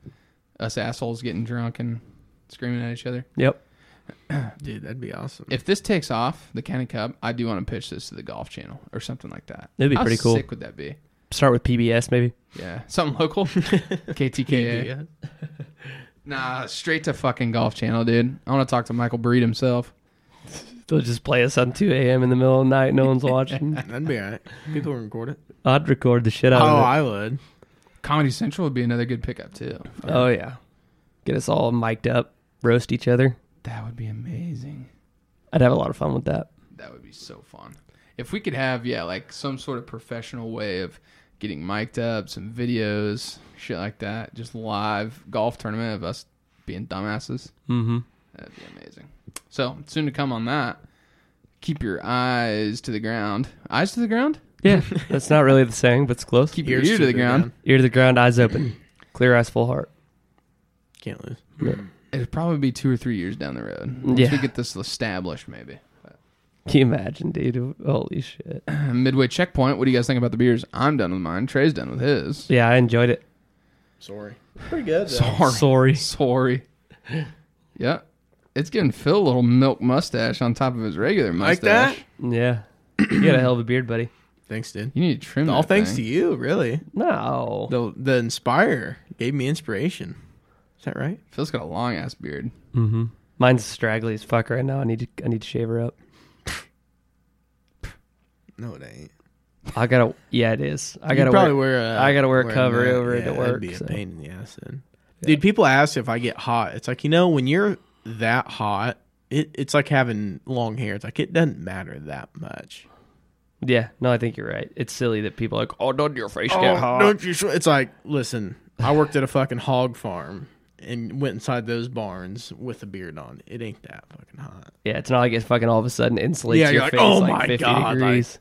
us assholes getting drunk and screaming at each other.
Yep.
Dude, that'd be awesome.
If this takes off, the County Cup, I do want to pitch this to the Golf Channel or something like that.
That'd be
How
pretty cool.
Sick would that be?
Start with PBS maybe.
Yeah, something local. KTKA. Nah, straight to fucking Golf Channel, dude. I want to talk to Michael Breed himself.
They'll just play us on two AM in the middle of the night, no one's watching.
That'd be alright. People would record it.
I'd record the shit out
oh,
of
I would.
Comedy Central would be another good pickup too.
it. oh yeah. Get us all mic'd up, roast each other.
That would be amazing.
I'd have a lot of fun with that.
That would be so fun. If we could have, yeah, like some sort of professional way of getting mic'd up, some videos, shit like that, just live golf tournament of us being dumbasses.
Mm-hmm.
That'd be amazing. So soon to come on that. Keep your eyes to the ground. Eyes to the ground.
Yeah. That's not really the saying, but it's close.
Keep your ear to the ground.
Ear to the ground, eyes open. Clear eyes, full heart.
Can't lose.
It'd probably be two or three years down the road. Once
Mm. Yeah.
we get this established, maybe.
Can you imagine, dude? Holy shit.
Midway checkpoint. What do you guys think about the beers? I'm done with mine. Trey's done with his.
Yeah, I enjoyed it.
Sorry. Pretty good.
Sorry.
Sorry.
Sorry. Yeah. It's giving Phil a little milk mustache on top of his regular mustache.
Like that?
Yeah. you got a hell of a beard, buddy.
Thanks, dude.
You need to trim
All
that
thanks
thing.
to you, really.
No.
The the Inspire gave me inspiration. Is that right?
Phil's got a long ass beard.
Mm-hmm. Mine's straggly as fuck right now. I need to I need to shave her up.
No, it ain't.
I gotta yeah, it is. I gotta
You'd probably
wear,
wear. a,
I gotta wear a
a
cover
net.
over it to
that'd
work,
Be a
so.
pain in the ass, then. Dude, people ask if I get hot. It's like you know when you're that hot, it, it's like having long hair. It's like it doesn't matter that much.
Yeah, no, I think you're right. It's silly that people are like, oh, don't your face get hot?
don't you? sw- It's like listen, I worked at a fucking hog farm and went inside those barns with a beard on. It ain't that fucking hot.
Yeah, it's not like it fucking all of a sudden insulates
Yeah,
your
you're like,
face
"Oh
like
my
50
God," like-
degrees.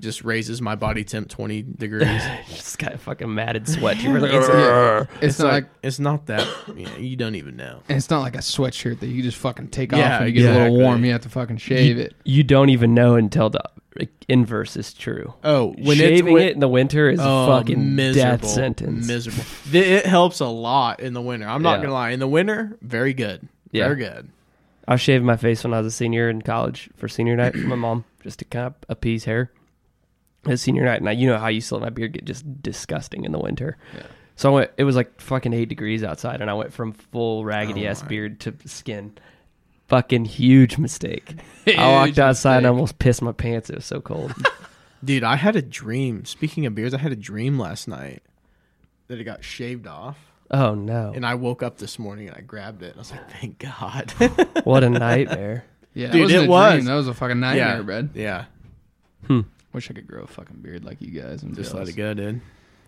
Just raises my body temp twenty degrees.
Just got fucking matted sweat. You're like,
It's, yeah, it's
It's
not like,
like, it's not that. Yeah, you don't even know.
and it's not like a sweatshirt that you just fucking take
Yeah,
off and you get a little
exactly.
warm. You have to fucking shave it.
you don't even know until the like, inverse is true.
Oh, when it's,
Shaving
when,
it in the winter is
Oh,
a fucking death
miserable.
sentence.
Miserable. Th- It helps a lot in the winter. I'm not
Yeah.
gonna lie. In the winter, very good.
Yeah.
Very good.
I shaved my face when I was a senior in college for senior night for my mom, just to kind of appease her. At senior night, now you know how you still let my beard get just disgusting in the winter.
Yeah.
So I went. It was like fucking eight degrees outside, and I went from full raggedy
Oh
ass
my.
beard to skin. Fucking huge mistake. I
Huge
walked outside and
mistake.
almost pissed my pants. It was so cold.
Dude, I had a dream. Speaking of beards, I had a dream last night that it got shaved off.
oh no!
And I woke up this morning and I grabbed it and I was like, Thank God.
What a nightmare.
Yeah, that
Dude,
wasn't
it
a
was.
Dream. That was a fucking nightmare,
yeah.
bud.
Yeah.
Wish I could grow a fucking beard like you guys. I'm
Just
jealous.
let it go, dude.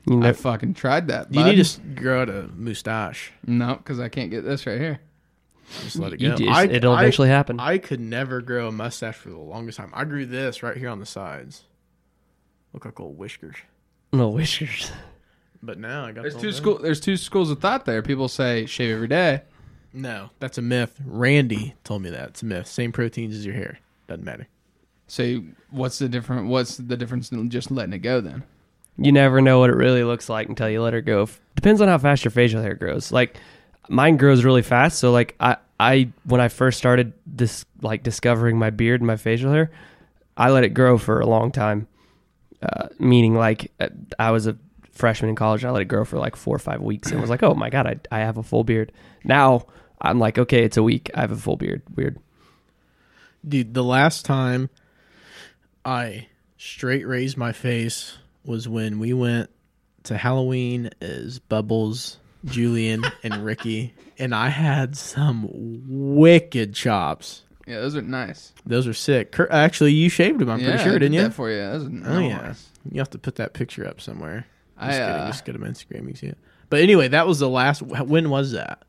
You know,
I fucking tried that.
You
bud.
need to s- grow out a mustache.
no, because I can't get this right here.
Just let it
You
go.
just-
I,
it'll
I-
eventually happen.
I could never grow a mustache for the longest time. I grew this right here on the sides. Look like old whiskers.
no whiskers.
But now I got
There's
the
two
old-
school. There's two schools of thought there. People say shave every day.
No, that's a myth. Randy told me that. It's a myth. Same proteins as your hair. Doesn't matter.
So what's the different? What's the difference in just letting it go then?
You never know what it really looks like until you let her go. F- Depends on how fast your facial hair grows. Like mine grows really fast, so like I I when I first started this like discovering my beard and my facial hair, I let it grow for a long time. Uh, meaning like uh, I was a freshman in college and I let it grow for like 4 or 5 weeks and was like, "Oh my god, I I have a full beard." Now I'm like, "Okay, it's a week. I have a full beard." Weird.
Dude, the last time I straight raised my face was when we went to Halloween as Bubbles, Julian, and Ricky, and I had some wicked chops.
Yeah, those are nice.
Those are sick. Cur- Actually, you shaved them. I'm
yeah,
pretty
I
sure,
did
didn't you?
That for you. Those are
oh
nice.
yeah. You have to put that picture up somewhere.
I,
Just
uh,
kidding. Just get them Instagram. You can see it. But anyway, that was the last. wh- When was that?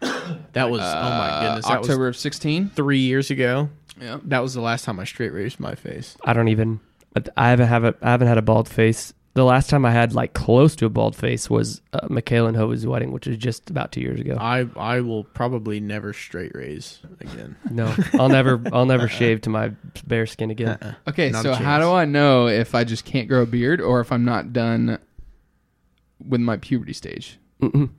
That was. oh my
Uh,
goodness. That
October
was
of sixteen.
three years ago.
Yeah.
That was the last time I straight raised my face.
I don't even. I haven't have a. I haven't had a bald face. The last time I had like close to a bald face was uh, Michaela and Hova's wedding, which is just about two years ago.
I I will probably never straight raise again.
No, I'll never. I'll never shave to my bare skin again.
Okay,
Not a
so how
chance.
do I know if I just can't grow a beard or if I'm not done with my puberty stage?
Mm-mm.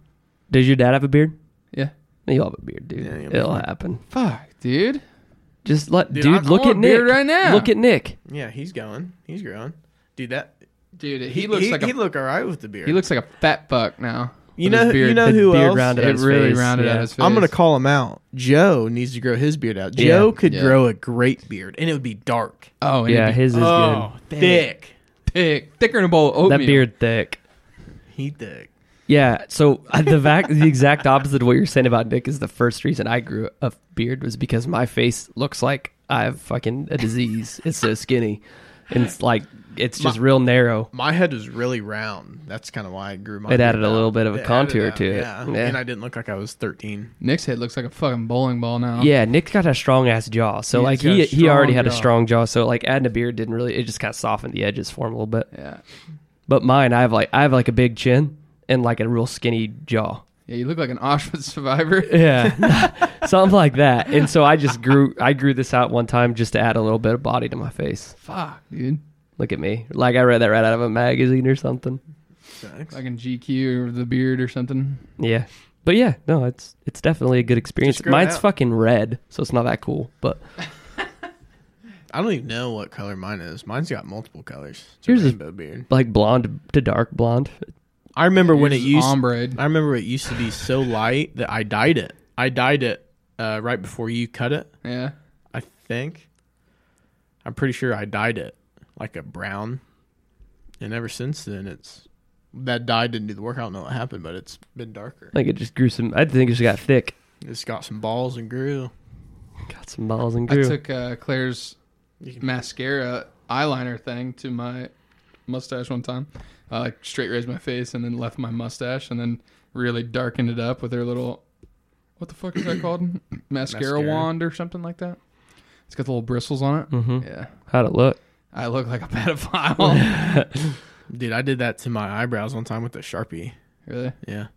Does your dad have a beard?
Yeah.
You have a beard, dude.
Yeah, yeah,
It'll
yeah.
happen.
Fuck, dude.
Just let,
Dude,
dude.
I'm-
look
I
at
want a
Nick
beard right now.
Look at Nick.
Yeah, he's going. He's growing. Dude, that
Dude, he, looks
he,
like
he
a
look all right with the beard.
he looks like a fat fuck now. with
You know,
his
you
beard.
know
The
who
beard
else?
rounded
it
out his
really
face,
rounded out
yeah.
his face.
I'm gonna call him out. Joe needs to grow his beard out.
Yeah.
Joe could
Yeah.
grow a great beard, and it would be dark,
Oh, and
Yeah,
it'd be
his is
oh,
good.
thick.
thick, thicker than a bowl of oatmeal.
That beard thick.
He thick.
Yeah. So uh, the vac- the exact opposite of what you're saying about Nick is the first reason I grew a beard was because my face looks like I have fucking a disease. it's so skinny, and it's like it's just real narrow.
My head was really round. That's kind of why I grew my.
It
head
added a
out.
little bit of a
It
contour
added
to it.
Yeah.
Yeah.
and I didn't look like I was 13.
Nick's head looks like a fucking bowling ball now.
Yeah, Nick's got a strong ass jaw, so
He's
like
Uh-huh. got a
he he already
strong
had a
jaw.
strong jaw, so like adding a beard didn't really it just kind of softened the edges for him a little bit.
Yeah.
But mine, I have like I have like a big chin and like a real skinny jaw.
Yeah, you look like an Auschwitz survivor.
Yeah, something like that. And so I just grew I grew this out one time just to add a little bit of body to my face.
Fuck, dude.
Look at me. Like I read that right out of a magazine or something.
Sucks.
Like in GQ or the beard or something.
Yeah. But yeah, no, it's it's definitely a good experience.
Just grow it
Mine's
out.
fucking red, so it's not that cool. But
I don't even know what color mine is. Mine's got multiple colors. It's
Yours
a
is-
rainbow beard.
like blonde to dark blonde.
I remember when it
Yours is
used.
ombre.
I remember it used to be so light that I dyed it. I dyed it uh, right before you cut it.
Yeah.
I think. I'm pretty sure I dyed it like a brown, and ever since then, it's that dye didn't do the work. I don't know what happened, but it's been darker.
Like it just grew some I think it just got thick.
It's got some balls and grew.
Got some balls and
I
grew.
took uh, Claire's mascara eyeliner thing to my mustache one time. I like straight raised my face and then left my mustache and then really darkened it up with her little what the fuck is that called? Mascara,
Mascara.
wand or something like that. It's got the little bristles on it.
Mhm.
Yeah.
How'd it look?
I look like a pedophile.
Dude, I did that to my eyebrows one time with a sharpie.
really?
Yeah,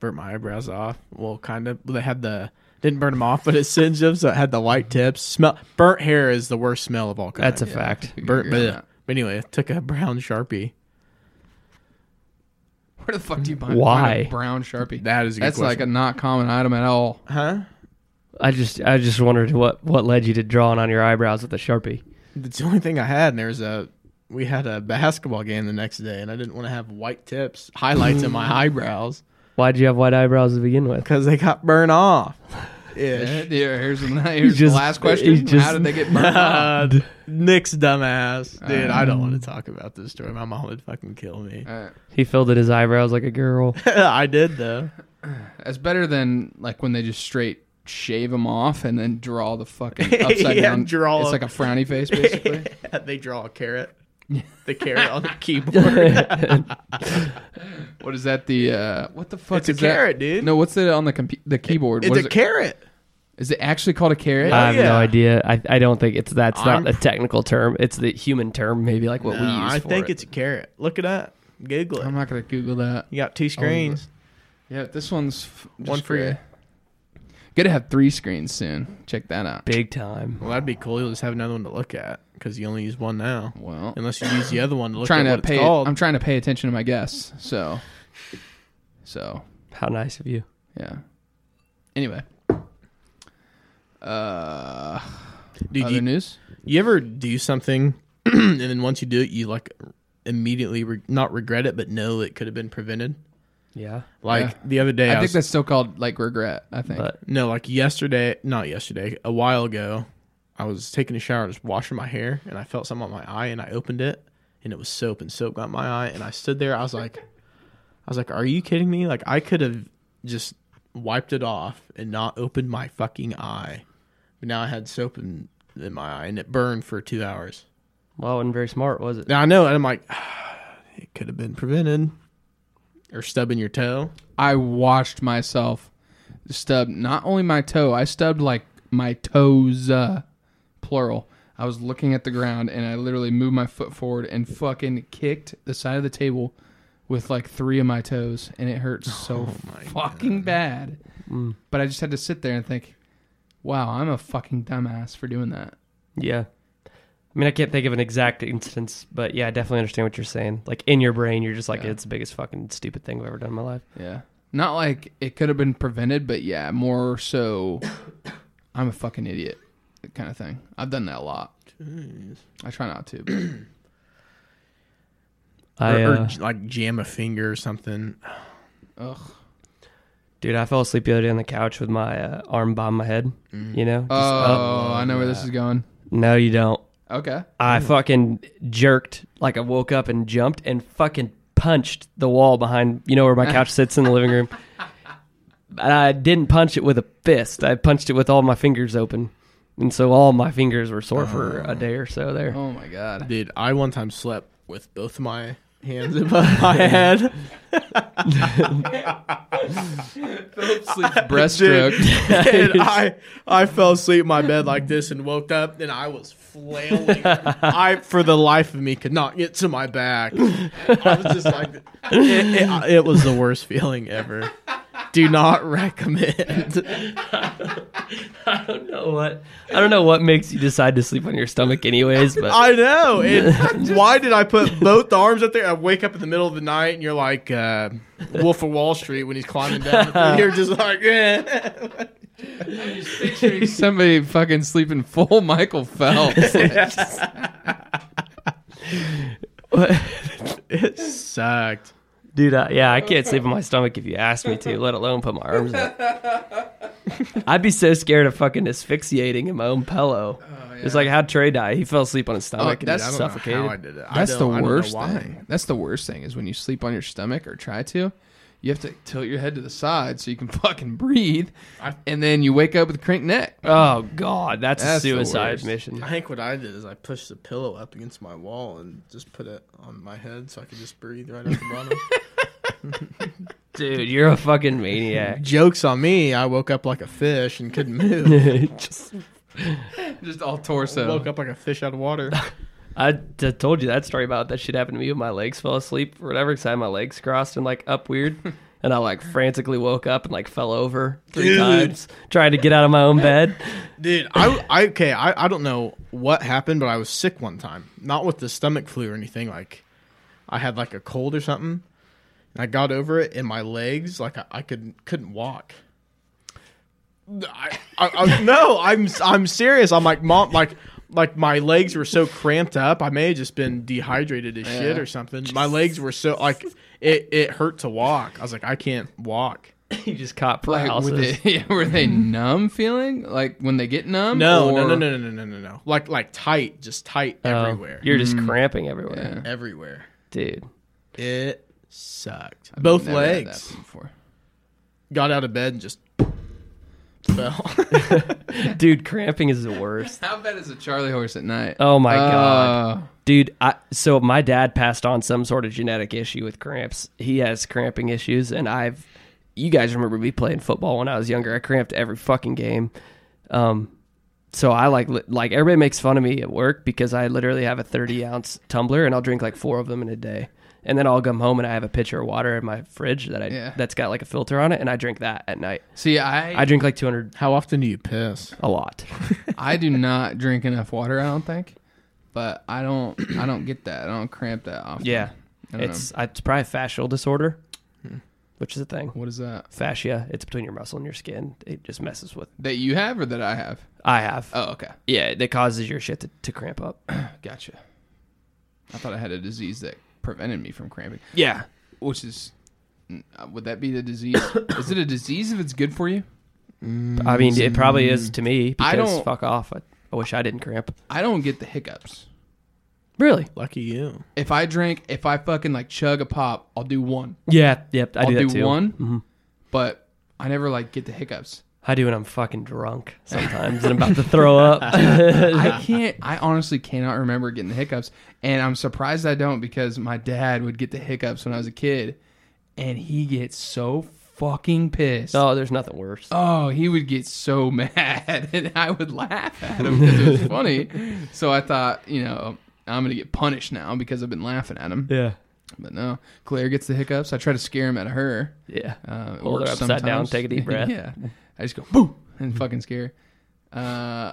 burnt my eyebrows off. Well, kind of. They had the didn't burn them off, but it singed them, so it had the white tips. Smell burnt hair is the worst smell of all kinds.
That's a fact.
burnt.
Agree on
But,
that.
but anyway, I took a brown sharpie.
Where the fuck do you buy
Why?
find a brown Sharpie?
That is a good
That's like a
question.
not common item at all.
huh?
I just I just wondered what what led you to drawing on your eyebrows with a sharpie.
It's the only thing I had, and there was a we had a basketball game the next day, and I didn't want to have white tips highlights in my eyebrows
Why'd you have white eyebrows to begin with?
because they got burnt off. Ish.
Yeah, here's the, here's
just-
the last
he
question.
just-
How did they get burnt? off?
Uh, Nick's dumbass,
Uh,
dude. I don't want
mm.
to talk about this story. My mom would fucking kill me.
All right.
He filled his eyebrows like a girl.
Uh.
I did though.
That's better than like when they just straight shave them off and then draw the fucking upside
Yeah,
down.
draw
It's
'em.
like a frowny face, basically.
they draw a carrot. The carrot on the keyboard.
what is that? The uh, what the fuck
It's a
is that?
carrot, dude.
No, what's it on the compu- the keyboard?
it's
what is
a carrot.
Is it actually called a carrot?
Uh,
I have no
yeah.
idea. I, I don't think it's that's
I'm-
not a technical term. It's the human term, maybe like what we
No,
use.
I
for
think
it.
it's a carrot. Look it up. Google it.
I'm not gonna Google that.
You got two screens.
Yeah, this one's f- just
One for
for
you.
Gonna have three screens soon. Check that out.
big time.
Well, that'd be cool. You'll just have another one to look at because you only use one now.
Well,
Unless you use the other one to look
trying
at
to
what
pay.
it's called.
I'm trying to pay attention to my guests. So, so
How nice of you.
yeah. Anyway, uh,
Dude,
other
you,
news.
you ever do something and then once you do it, you like immediately re- not regret it, but know it could have been prevented?
Yeah,
Like
Yeah.
the other day, I,
I think
was-
that's still called like regret. I think.
but
No, like yesterday, not yesterday, a while ago, I was taking a shower, and just washing my hair, and I felt something on my eye, and I opened it, and it was soap, and soap got my eye, and I stood there, I was like, I was like, are you kidding me? Like I could have just wiped it off and not opened my fucking eye, but now I had soap in, in my eye, and it burned for two hours.
well, it wasn't very smart, was it?
Now I know, and I'm like, it could have been prevented, or stubbing your toe.
I watched myself stub not only my toe, I stubbed like my toes, uh, plural. I was looking at the ground and I literally moved my foot forward and fucking kicked the side of the table with like three of my toes and it hurt so fucking bad.
Mm,
But I just had to sit there and think, wow, I'm a fucking dumbass for doing that.
Yeah. I mean, I can't think of an exact instance, but yeah, I definitely understand what you're saying. Like in your brain, you're just like,
Yeah.
it's the biggest fucking stupid thing I've ever done in my life.
Yeah. Not like it could have been prevented, but yeah, more so I'm a fucking idiot kind of thing. I've done that a lot. I try not to. But
I,
or, or,
uh,
like jam a finger or something.
Ugh.
dude, I fell asleep the other day on the couch with my uh, arm by my head. You know? Just
Oh,
up.
I know where this is going.
No, you don't.
Okay.
I fucking jerked like I woke up and jumped and fucking punched the wall behind you know where my couch sits in the living room. And I didn't punch it with a fist. I punched it with all my fingers open. And so all my fingers were sore for a day or so there.
Oh my god.
Dude, I one time slept with both my hands above my head. Dude,
Breaststroke.
and I, I fell asleep in my bed like this and woke up and I was flailing. I, for the life of me, could not get to my back. I was just like, it, it, it was the worst feeling ever. Do not recommend.
I don't know what I don't know what makes you decide to sleep on your stomach anyways, but
I know. And why did I put both arms up there? I wake up in the middle of the night and you're like uh, Wolf of Wall Street when he's climbing down. And you're just like, eh.
Somebody fucking sleeping full Michael Phelps.
It sucked.
dude, I, yeah, I can't sleep on my stomach if you ask me to, let alone put my arms up. I'd be so scared of fucking asphyxiating in my own pillow. It's like how Trey died. He fell asleep on his stomach and
that's-
that's
I don't
suffocated.
know how I did it. I
That's the
don't- I don't know
worst
why.
thing. That's the worst thing is when you sleep on your stomach or try to, you have to tilt your head to the side so you can fucking breathe,
I-
and then you wake up with a cranked neck.
Oh God, that's,
That's
a
the
suicide
worst.
mission.
I think what I did is I pushed the pillow up against my wall and just put it on my head so I could just breathe right at the bottom.
Dude, you're a fucking maniac.
Jokes on me. I woke up like a fish and couldn't move.
Just-
Just all torso.
woke up like a fish out of water.
I t- told you that story about that shit happened to me when my legs fell asleep or whatever. Cause I had my legs crossed and like up weird, and I like frantically woke up and like fell over three
Dude.
times trying to get out of my own bed.
Dude, I, I okay, I, I don't know what happened, but I was sick one time. Not with the stomach flu or anything. Like, I had like a cold or something, and I got over it, and my legs like I, I could couldn't walk. I, I, I, no, I'm I'm serious. I'm like mom, like like my legs were so cramped up. I may have just been dehydrated as shit
Yeah.
or something. My legs were so like it it hurt to walk. I was like I can't walk.
you just caught
Like, were
playhouses.
they, yeah, were they numb feeling? Like when they get numb?
No, no,
Or-
no, no, no, no, no, no. Like like tight, just tight
Oh,
everywhere.
You're just cramping everywhere,
everywhere.
dude.
It sucked. Both
Never had that
legs.
before.
Got out of bed and just fell.
Dude, cramping is the worst.
How bad is a Charlie horse at night?
Oh my
Uh,
god. Dude, I so my dad passed on some sort of genetic issue with cramps. He has cramping issues and I've you guys remember me playing football when I was younger. I cramped every fucking game. Um, so I like li- like everybody makes fun of me at work because I literally have a 30 ounce tumbler and I'll drink like four of them in a day, and then I'll come home and I have a pitcher of water in my fridge that I
Yeah.
that's got like a filter on it, and I drink that at night.
See, I
I drink like 200
How often do you piss?
a lot.
I do not drink enough water. I don't think, but I don't I don't get that. I don't cramp that often.
yeah,
I don't Hmm.
it's I, it's probably fascial disorder, which is a thing.
know. what is that
Fascia, it's between your muscle and your skin. It just messes with.
that you have or that I have?
I have.
Oh, okay,
yeah, that causes your shit to, to cramp up.
gotcha. I thought I had a disease that prevented me from cramping,
Yeah,
which is mm, uh, would that be the disease? is it a disease if it's good for you?
I mean, it probably is to me because
I don't-
fuck off. I, I wish I didn't cramp.
I don't get the hiccups.
Really?
Lucky you.
If I drink, if I fucking like chug a pop, I'll do one.
Yeah. Yep. I
I'll
do that
do
too. Mm-hmm.
one, but I never like get the hiccups.
I do when I'm fucking drunk sometimes and I'm about to throw up.
I can't. I honestly cannot remember getting the hiccups, and I'm surprised I don't because my dad would get the hiccups when I was a kid, and he gets so fucking pissed.
oh, there's nothing worse.
Oh, he would get so mad, and I would laugh at him because it was funny. So I thought, you know, I'm gonna get punished now because I've been laughing at him.
Yeah.
But no, Claire gets the hiccups. I try to scare him at her.
Yeah.
Uh, it
Hold her
works
upside down,
sometimes.
take a deep breath.
yeah, I just go boo and fucking scare. her.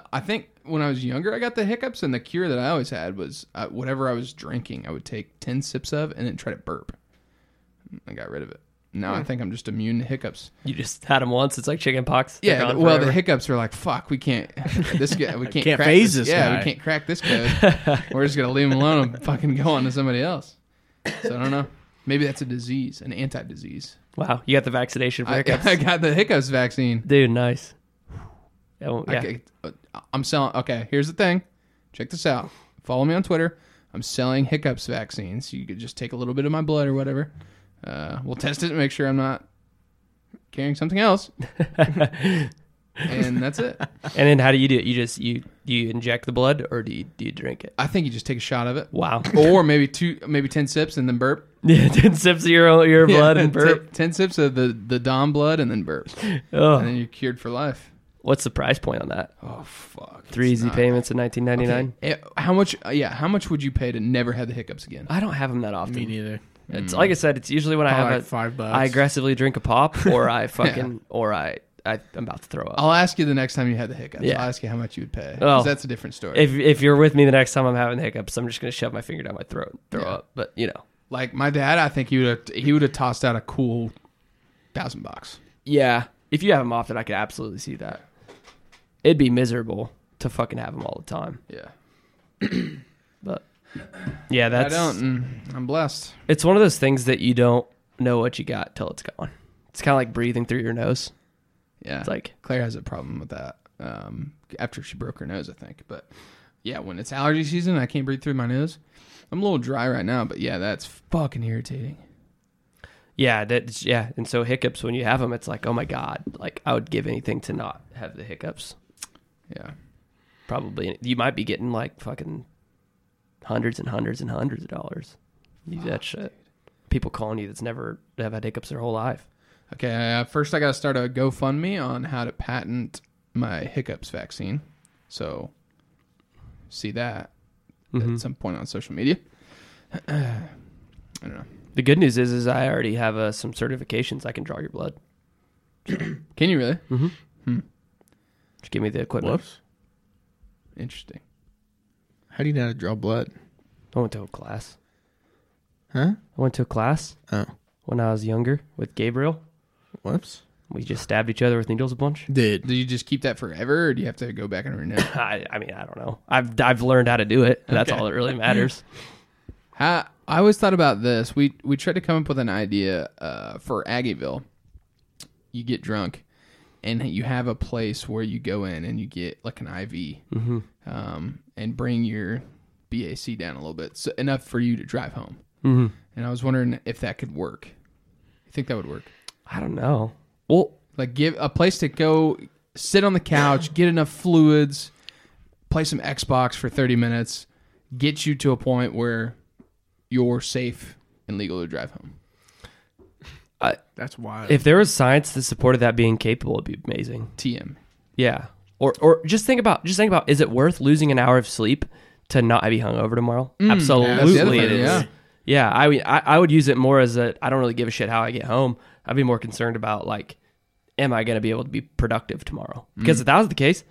Uh, I think when I was younger, I got the hiccups, and the cure that I always had was uh, whatever I was drinking, I would take ten sips of and then try to burp. I got rid of it. Now I think I'm just immune to hiccups.
You just had them once. It's like chicken pox. They're
Yeah,
gone
well, the
forever.
hiccups are like fuck. We can't. This guy, we can't,
Can't
crack
phase
this.
this
yeah, we
guy.
can't crack this code. We're just gonna leave him alone and fucking go on to somebody else. So I don't know. Maybe that's a disease, an anti-disease.
wow, you got the vaccination for
I,
hiccups,
I got the hiccups vaccine.
dude. Nice. Oh, yeah.
Okay, uh, I'm selling. Okay, here's the thing. Check this out. Follow me on Twitter. I'm selling hiccups vaccines. You could just take a little bit of my blood or whatever. Uh, we'll test it and make sure I'm not carrying something else. and that's it.
And then how do you do it? You just you you inject the blood or do you do you drink it?
I think you just take a shot of it,
Wow.
or maybe two, maybe ten sips and then burp.
Yeah, ten sips of your your blood
Yeah,
and burp. Oh.
take ten sips of the the Dom blood and then burp, and
Ugh.
then you're cured for life.
What's the price point on that?
Oh fuck!
Three
it's
easy
not-
payments in 1999.
Eh, How much? Yeah, how much would you pay to never have the hiccups again?
I don't have them that often.
Me neither.
It's like I said. It's usually when I
Probably
have
like
a,
five bucks.
I aggressively drink a pop, or I fucking, or I, I, I'm about to throw up.
I'll ask you the next time you had the hiccups.
Yeah.
I'll ask you how much you would pay. 'cause
Oh.
that's a different story.
If if you're with me the next time I'm having hiccups, I'm just gonna shove my finger down my throat and throw
Yeah.
up. But you know,
like my dad, I think he would have he would have tossed out a cool thousand bucks.
yeah. If you have them often, I could absolutely see that. It'd be miserable to fucking have them all the time.
Yeah,
But yeah,
I
that's
don't. and I'm blessed.
it's one of those things that you don't know what you got till it's gone. It's kind of like breathing through your nose.
Yeah,
It's like
Claire has a problem with that. Um, after she broke her nose, I think. But yeah, when it's allergy season, I can't breathe through my nose. I'm a little dry right now, but yeah, that's fucking irritating.
Yeah, that's yeah. And so hiccups when you have them, it's like, oh my god, like I would give anything to not have the hiccups.
Yeah,
Probably you might be getting like fucking hundreds and hundreds and hundreds of dollars. You do that shit. People calling you that's never have had hiccups their whole life.
Okay, uh, first I got to start a GoFundMe on how to patent my hiccups vaccine. So, see that
Mm-hmm.
at some point on social media. I don't know.
The good news is, is I already have uh, some certifications. I can draw your blood.
Can you really?
Just give me the equipment.
Whoops.
Interesting.
How do you know how to draw blood?
I went to a class.
Huh?
I went to a class
Oh.
when I was younger with Gabriel.
Whoops.
We just stabbed each other with needles a bunch.
Dude.
Do you just keep that forever, or do you have to go back and renew?
I, I mean, I don't know. I've I've learned how to do it. That's all that really matters.
How, I always thought about this. We we tried to come up with an idea uh, for Aggieville. You get drunk, and you have a place where you go in and you get like an IV, um, and bring your BAC down a little bit, so enough for you to drive home. Mm-hmm. And I was wondering if that could work. You think that would work?
I don't know. Well,
Like give a place to go, sit on the couch, get enough fluids, play some Xbox for 30 minutes, get you to a point where you're safe and legal to drive home.
That's wild.
if there was science that supported that being capable, it'd be amazing.
TM.
Yeah. Or or just think about just think about is it worth losing an hour of sleep to not be hungover tomorrow?
Mm, that's the other
Absolutely, it
thing,
is.
yeah.
Yeah, I, mean, I I would use it more as a I don't really give a shit how I get home. I'd be more concerned about like, am I going to be able to be productive tomorrow? Because if that was the case,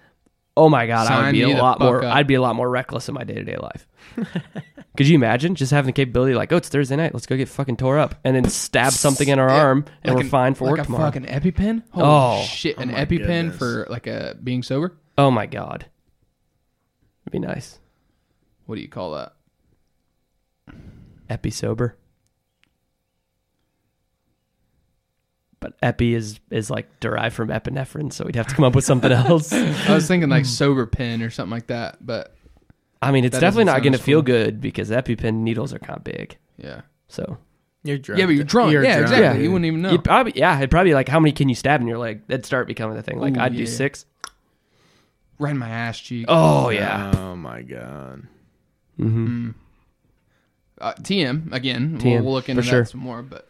oh my god, I
Mm. Sign
would be
me
a
the
lot
fuck
more.
up.
I'd be a lot more reckless in my day to day life. Could you imagine just having the capability like, oh, it's Thursday night, let's go get fucking tore up, and then stab something in our arm, and
Like
we're
an-
fine for
like
work
a
tomorrow.
fucking EpiPen? Holy
Oh.
shit,
Oh
an
my
EpiPen
goodness.
for like a being sober?
Oh my god, it'd be nice.
What do you call that?
Epi sober. But epi is is like derived from epinephrine, so we'd have to come up with something else.
I was thinking
Hmm.
like sober pen or something like that, but
I mean, it's
That
definitely
doesn't
not
sound
going to
as
feel
cool.
good because EpiPen needles are kind of big.
yeah.
So
You're drunk.
Yeah, but you're drunk. yeah,
drunk.
exactly.
Yeah.
You wouldn't even know.
you'd probably yeah, it'd probably like how many can you stab in your leg? That'd start becoming the thing. Like
Ooh,
I'd
yeah.
do six.
Right in my ass cheek.
Oh yeah, Mm-hmm.
Oh my god.
Mm. Uh, TM again. We'll,
TM,
we'll look into
for
that
sure.
some more, but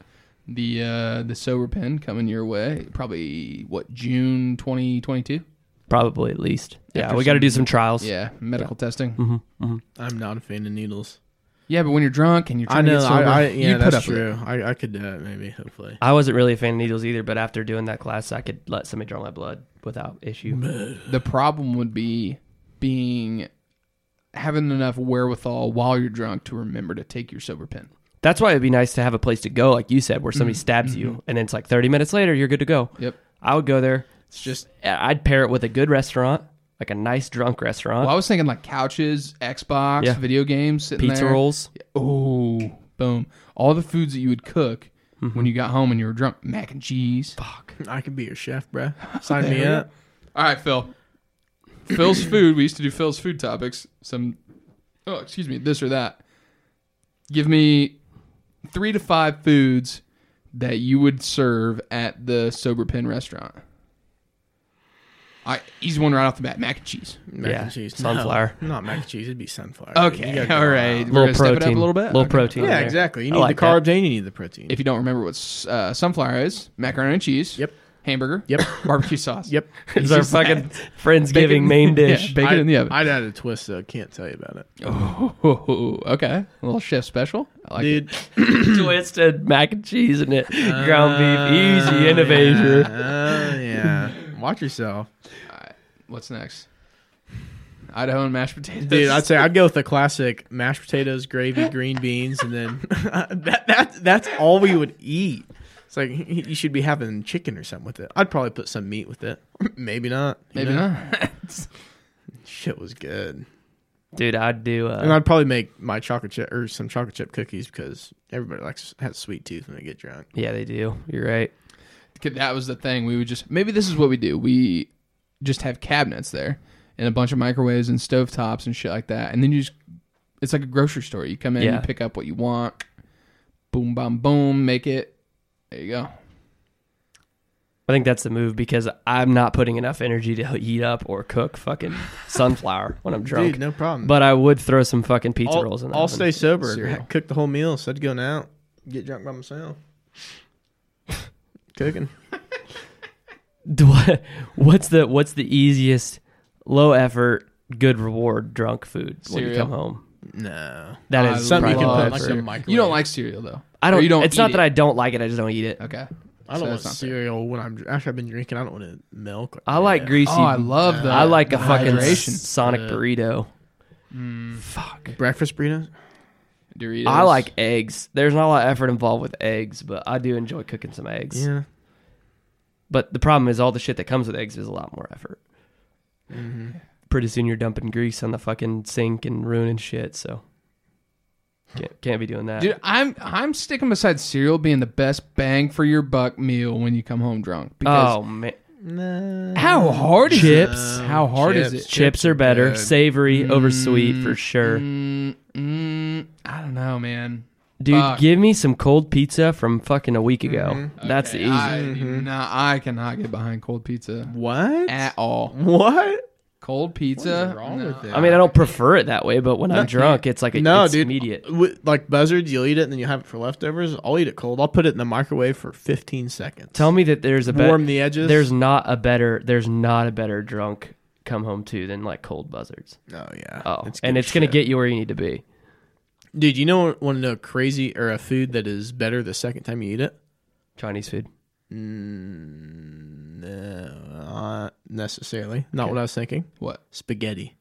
the uh the sober pen coming your way probably what June 2022?
probably at least. Yeah,
After
we got to
some-
do some trials. Mm-hmm,
Yeah, medical testing.
I'm not a fan of needles.
Yeah, but when you're drunk and you're
I
trying
know.
to get sober,
I, I yeah,
you put
that's
up with it.
true. I, I could do it maybe. Hopefully.
I wasn't really a fan of needles either, but after doing that class, I could let somebody draw my blood without issue.
the problem would be being having enough wherewithal while you're drunk to remember to take your sober pen.
That's why it'd be nice to have a place to go, like you said, where
Mm-hmm.
somebody stabs you, and then it's like 30 minutes later, you're good to go.
Yep.
I would go there.
It's just
I'd pair it with a good restaurant, like a nice drunk restaurant,
Well, I was thinking like couches, Xbox,
Yeah.
video games, sitting
pizza
there.
rolls.
Oh, boom! All the foods that you would cook
Mm-hmm.
when you got home and you were drunk, mac and cheese. Fuck.
I could be your chef, bruh. Sign me
There
up.
All right, Phil. Phil's food. We used to do Phil's food topics. Some, oh, excuse me, this or that. Give me three to five foods that you would serve at the Sober Pen restaurant. I easy one right off the bat: mac and cheese.
Mac
Yeah,
and cheese.
sunflower.
No, not mac and cheese. It'd be sunflower. You
Okay,
gotta go
all right.
out.
We're
Little
gonna step it up
protein.
a little bit.
Little protein.
Yeah,
there.
exactly. You
I
need
like
the
that.
carbs and you need the protein.
If you don't remember what uh, sunflower is, macaroni and cheese.
Yep.
Hamburger.
Yep.
Barbecue sauce.
yep.
It's our fucking Friendsgiving main dish.
Yeah, bacon
I'd,
in the oven.
I'd add a twist though. Can't tell you about it,
Oh, okay. A little chef special. I like
dude.
Twisted mac and cheese in it,
Uh,
ground beef, easy innovator.
Oh yeah. Watch yourself,
it. What's next? Idaho and mashed potatoes.
dude. I'd say I'd go with the classic mashed potatoes, gravy, green beans, and then that, that that's all we would eat. It's like you should be having chicken or something with it. I'd probably put some meat with it. Maybe not. you
Maybe
know?
not.
Shit was good.
Dude, I'd do.
And
Uh,
I'd probably make my chocolate chip or some chocolate chip cookies because everybody likes has sweet tooth when they get drunk.
yeah, they do. You're right.
'Cause that was the thing. We would just maybe this is what we do. We just have cabinets there and a bunch of microwaves and stovetops and shit like that. And then you just it's like a grocery store. You come in,
Yeah.
you pick up what you want. Boom, boom, boom. Make it. There you go.
I think that's the move because I'm not putting enough energy to heat up or cook fucking sunflower when I'm drunk.
Dude, no problem.
But I would throw some fucking pizza
I'll,
rolls in there.
I'll stay sober.
Cereal.
Cook the whole meal. So I'd go out, get drunk by myself. Cooking.
What, what's the what's the easiest, low effort, good reward drunk food when you
Cereal.
come home?
No.
That
I
is
love
Something you can
probably
put
low
like
effort.
the microwave.
You don't like cereal though.
I don't.
Or you don't
it's not
eat
that
it.
I don't like it. I just don't eat it.
Okay.
I
So
don't
that's not
want
fair.
cereal when I'm after I've been drinking. I don't want to milk.
I like greasy.
Oh, I love that.
I like a
the
fucking
hydration. Mm.
Sonic
Uh,
burrito. Fuck.
breakfast burritos.
Doritos.
I like eggs. There's not a lot of effort involved with eggs, but I do enjoy cooking some eggs.
Yeah.
But the problem is all the shit that comes with eggs is a lot more effort.
Mm-hmm.
Pretty soon you're dumping grease on the fucking sink and ruining shit. So can't can't be doing that.
Dude, I'm I'm sticking beside cereal being the best bang for your buck meal when you come home drunk. Because
oh man,
No.
how hard is
Chips.
it? How hard is
Chips.
it?
chips are better,
good.
savory
Mm-hmm.
over sweet for sure.
Mm, mm, I don't know, man.
Dude,
fuck.
give me some cold pizza from fucking a week ago. That's the
Okay,
easy.
I, do
Mm-hmm.
not- I cannot get behind cold pizza
What?
at all.
what?
Cold pizza.
wrong
no.
with it?
I mean, I don't prefer it that way, but when I'm drunk, it's like a,
No,
it's
dude. uh,
immediate.
With, like buzzards, you'll eat it and then you have it for leftovers. I'll eat it cold. I'll put it in the microwave for 15 seconds.
Tell me that there's a better
warm the edges.
there's not a better there's not a better drunk come home to than like cold buzzards.
Oh yeah.
Oh,
It's
and
good
it's gonna
shit.
get you where you need to be.
Dude, you know one of the crazy or a food that is better the second time you eat it?
Chinese food.
No, not necessarily. Not what I was thinking.
What?
Spaghetti.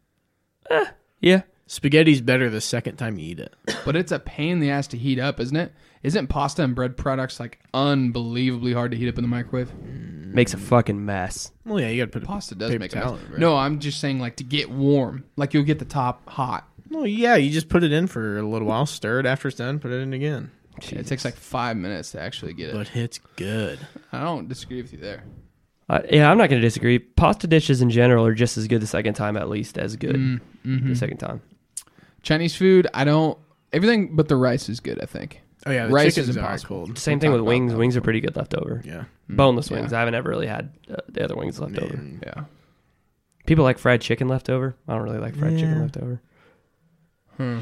Yeah,
Spaghetti's better the second time you eat it.
But it's a pain in the ass to heat up, isn't it? Isn't pasta and bread products like unbelievably hard to heat up in the microwave?
makes a fucking mess.
Well, yeah, you got to put a
Pasta does
paper
make
towel
sense.
over it.
No, I'm just saying like to get warm. Like you'll get the top hot.
Well, yeah, you just put it in for a little while, stir it after it's done, put it in again.
It takes like five minutes to actually get it.
But it's good.
I don't disagree with you there.
Uh, yeah, I'm not gonna disagree. Pasta dishes in general are just as good the second time, at least as good
Mm-hmm.
the second time.
Mm, Chinese food, I don't. Everything but the rice is good. I think.
Oh yeah, the
Rice
chicken's
is
are
impossible.
cold.
Same
We
thing
talked
with
about
wings.
that Mm-hmm.
Wings are pretty good left over.
Yeah.
Boneless
yeah.
wings. I haven't ever really had uh, the other wings left over.
Mm.
Yeah.
People like fried chicken left over. I don't really like fried chicken
Yeah.
left over.
Hmm.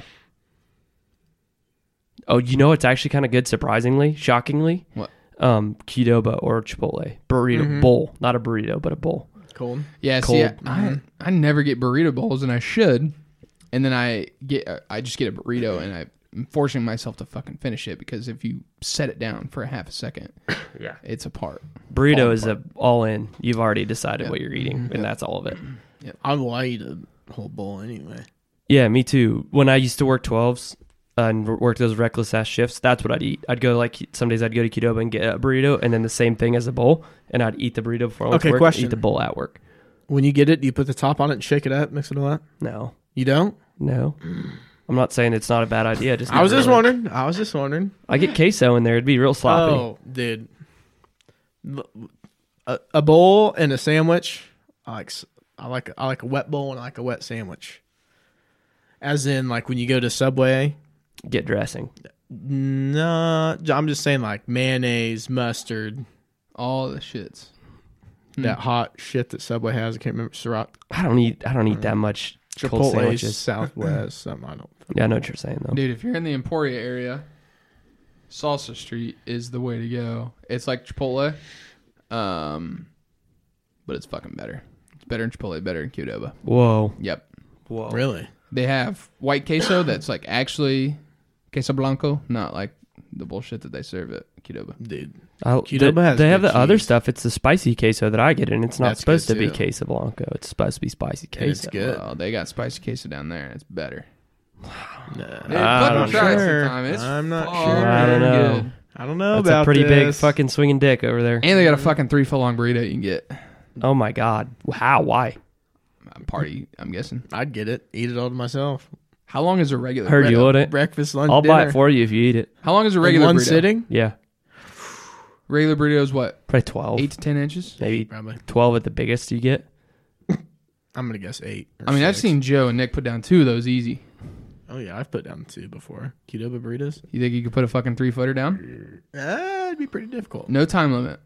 Oh, you know it's actually kind of good, surprisingly, shockingly.
What? Mm-hmm.
Um, Qdoba or Chipotle burrito
Mhm.
bowl, not a burrito, but a bowl.
Cold.
Yeah. See,
Cold.
I, I never get burrito bowls, and I should. And then I get uh, I just get a burrito, and I'm forcing myself to fucking finish it because if you set it down for a half a second,
Yeah.
it's apart. Mm-hmm. Fall
Burrito is a all in. You've already decided
Yeah.
what you're eating, and that's all of it.
I will eat a whole bowl anyway.
Yeah, me too. When I used to work 12s uh, and wor- work those reckless ass shifts, that's what I'd eat. I'd go like some days I'd go to Qdoba and get a burrito, and then the same thing as a bowl, and I'd eat the burrito before I went
Okay,
to work.
question.
Eat the bowl at work.
When you get it, do you put the top on it, and shake it up, mix it all up?
No,
You don't?
no. I'm not saying it's not a bad idea. Just
I was
never
just
really-
wondering. I was just wondering.
I get queso in there; it'd be real sloppy.
Oh, dude. L- A, a bowl and a sandwich. I like s- I like I like a wet bowl and I like a wet sandwich. As in like when you go to Subway,
Get dressing.
no, I'm just saying like mayonnaise, mustard,
All the shits.
that hot shit that Subway has. I can't remember Sriracha,
I don't eat. I don't eat that much cold
Chipotle,
sandwiches.
Southwest, something. I don't.
Yeah, I know what you're saying though.
Dude, if you're in the Emporia area, Salsa Street is the way to go. It's like Chipotle, um, but it's fucking better. It's better in Chipotle, better in Qdoba.
Whoa,
Yep.
whoa.
Really?
They have white queso that's like actually queso blanco, not like the bullshit that they serve at Qdoba.
Dude.
I,
Qdoba
they,
has
they have the
good
other
cheese.
stuff. It's the spicy queso that I get, and it's not
That's
supposed
good,
to be
too.
queso blanco. It's supposed to be spicy queso.
it's good.
Well, Oh, they got spicy queso down there, and it's better.
Nah.
Dude,
I
fucking
don't
try it
sure.
sometime. It's
I'm not
fucking
sure.
I don't know.
good.
I don't know
That's
about
a pretty big
this.
fucking swinging dick over there.
And they got a fucking three foot long burrito you can get.
oh my god, how? Why?
A Party, I'm guessing.
I'd get it. Eat it all to myself.
How long is a regular?
Heard you
burrito?
would it.
Breakfast, lunch,
Eh, I'll buy
dinner.
it for you if you eat it.
How long is a
In
regular
one
burrito?
sitting.
Yeah,
Regular burrito is what?
probably twelve,
Eight to ten inches.
maybe
Probably.
twelve at the biggest you get.
I'm gonna guess eight. or
I mean, i I've
six.
seen Joe and Nick put down two of those easy.
Oh yeah, I've put down two before. Qdoba burritos.
You think you could put a fucking three footer down?
Ah, it'd be pretty difficult.
No time limit.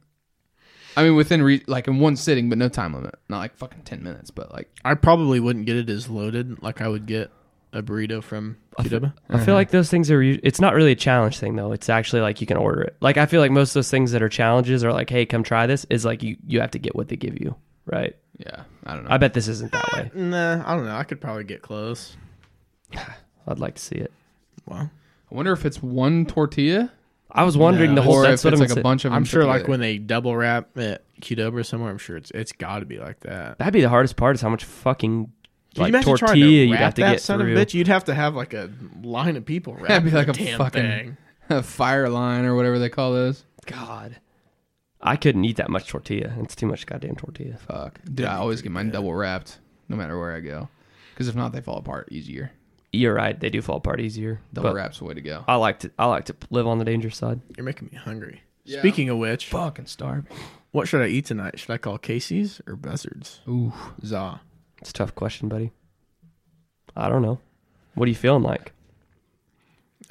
I mean, within re- like in one sitting, but no time limit. Not like fucking ten minutes, but like
I probably wouldn't get it as loaded like I would get a burrito from Qdoba.
I
Uh-huh.
feel like those things are. u- It's not really a challenge thing though. It's actually like you can order it. Like I feel like most of those things that are challenges are like, hey, come try this. Is like you you have to get what they give you, right?
yeah, I don't know.
I bet this isn't that way.
Nah, I don't know. I could probably get close.
I'd like to see it.
Well,
I wonder if it's one tortilla
I was wondering
No.
the whole.
or
That's
if
what
it's
I'm
like
sa-
a bunch of.
I'm
them
sure
put
like
together.
when they double wrap at Qdoba or somewhere, I'm sure it's it's got to be like that.
That'd be the hardest part is how much fucking
Can you
like
imagine trying to
tortilla you'd
wrap
have to
that
get
son
through.
Of a bitch, you'd have to have like a line of people. Wrapping
That'd be like
the
a
damn
fucking-
thing.
a fire line or whatever they call those.
God, I couldn't eat that much tortilla. It's too much goddamn tortilla.
Fuck, dude, I always get mine double wrapped, no matter where I go, because if not, they fall apart easier.
You're right; they do fall apart easier.
Double
but
wraps the way to go.
I like to I like to live on the dangerous side.
You're making me hungry.
Yeah.
Speaking of which,
Fucking starving.
what should I eat tonight? Should I call Casey's or Buzzards?
Ooh,
Za.
It's a tough question, buddy. I don't know. What are you feeling like?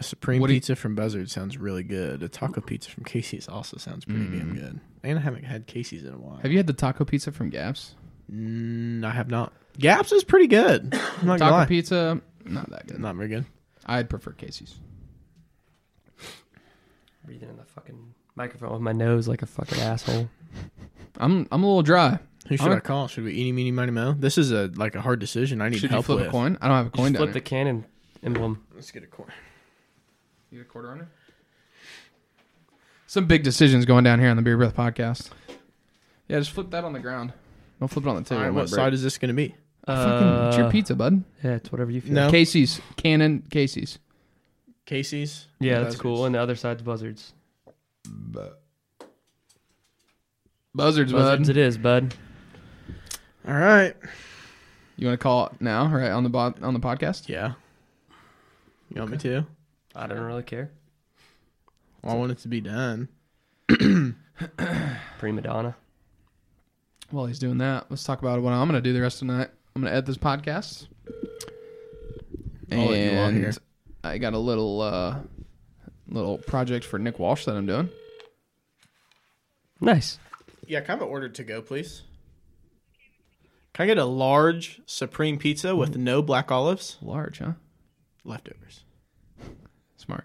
A supreme
What do you-
pizza from Buzzard sounds really good. A taco pizza from Casey's also sounds pretty damn good. And I haven't had Casey's in a while.
Mm. have you had the taco pizza from Gaps?
Mm, I have not. Gaps is pretty good. I'm not gonna
Taco
lie.
pizza, not that good.
Not very good.
I'd prefer Casey's.
Breathing in the fucking microphone with my nose like a fucking asshole.
I'm I'm a little dry.
Who should
I'm-
I call? Should we eeny, meeny, miny, mo? This is a like a hard decision. I need
Should you
help
flip
with.
a coin? I don't have a coin.
Just
down
flip the cannon emblem.
Let's get a coin.
here. You got a quarter on it? Some big decisions going down here on the Beer Breath podcast. Yeah, just flip that on the ground. Don't flip it on the
All
table.
right,
It
what
might break.
side is this going to be?
Fucking, it's your
Uh,
pizza, bud.
Yeah, it's whatever you feel.
No.
Casey's Cannon. Casey's.
Casey's.
Yeah, that's
Buzzards.
cool. And the other side's buzzards.
Buzzards,
Buzzards
bud.
it is, bud.
All right.
You want to call it now, right on the bo- on the podcast?
Yeah. You want me to?
I don't really care.
Well, I want it to be done.
Prima donna.
While he's doing that, let's talk about what I'm going to do the rest of the night. I'm going to edit this podcast.
I'll let you on
and
here.
I got a little uh, little project for Nick Walsh that I'm doing.
Nice.
Yeah, can I have an order to go, please? Can I get a large supreme pizza with no black olives?
Large, huh?
Mm-hmm. Leftovers.
Smart.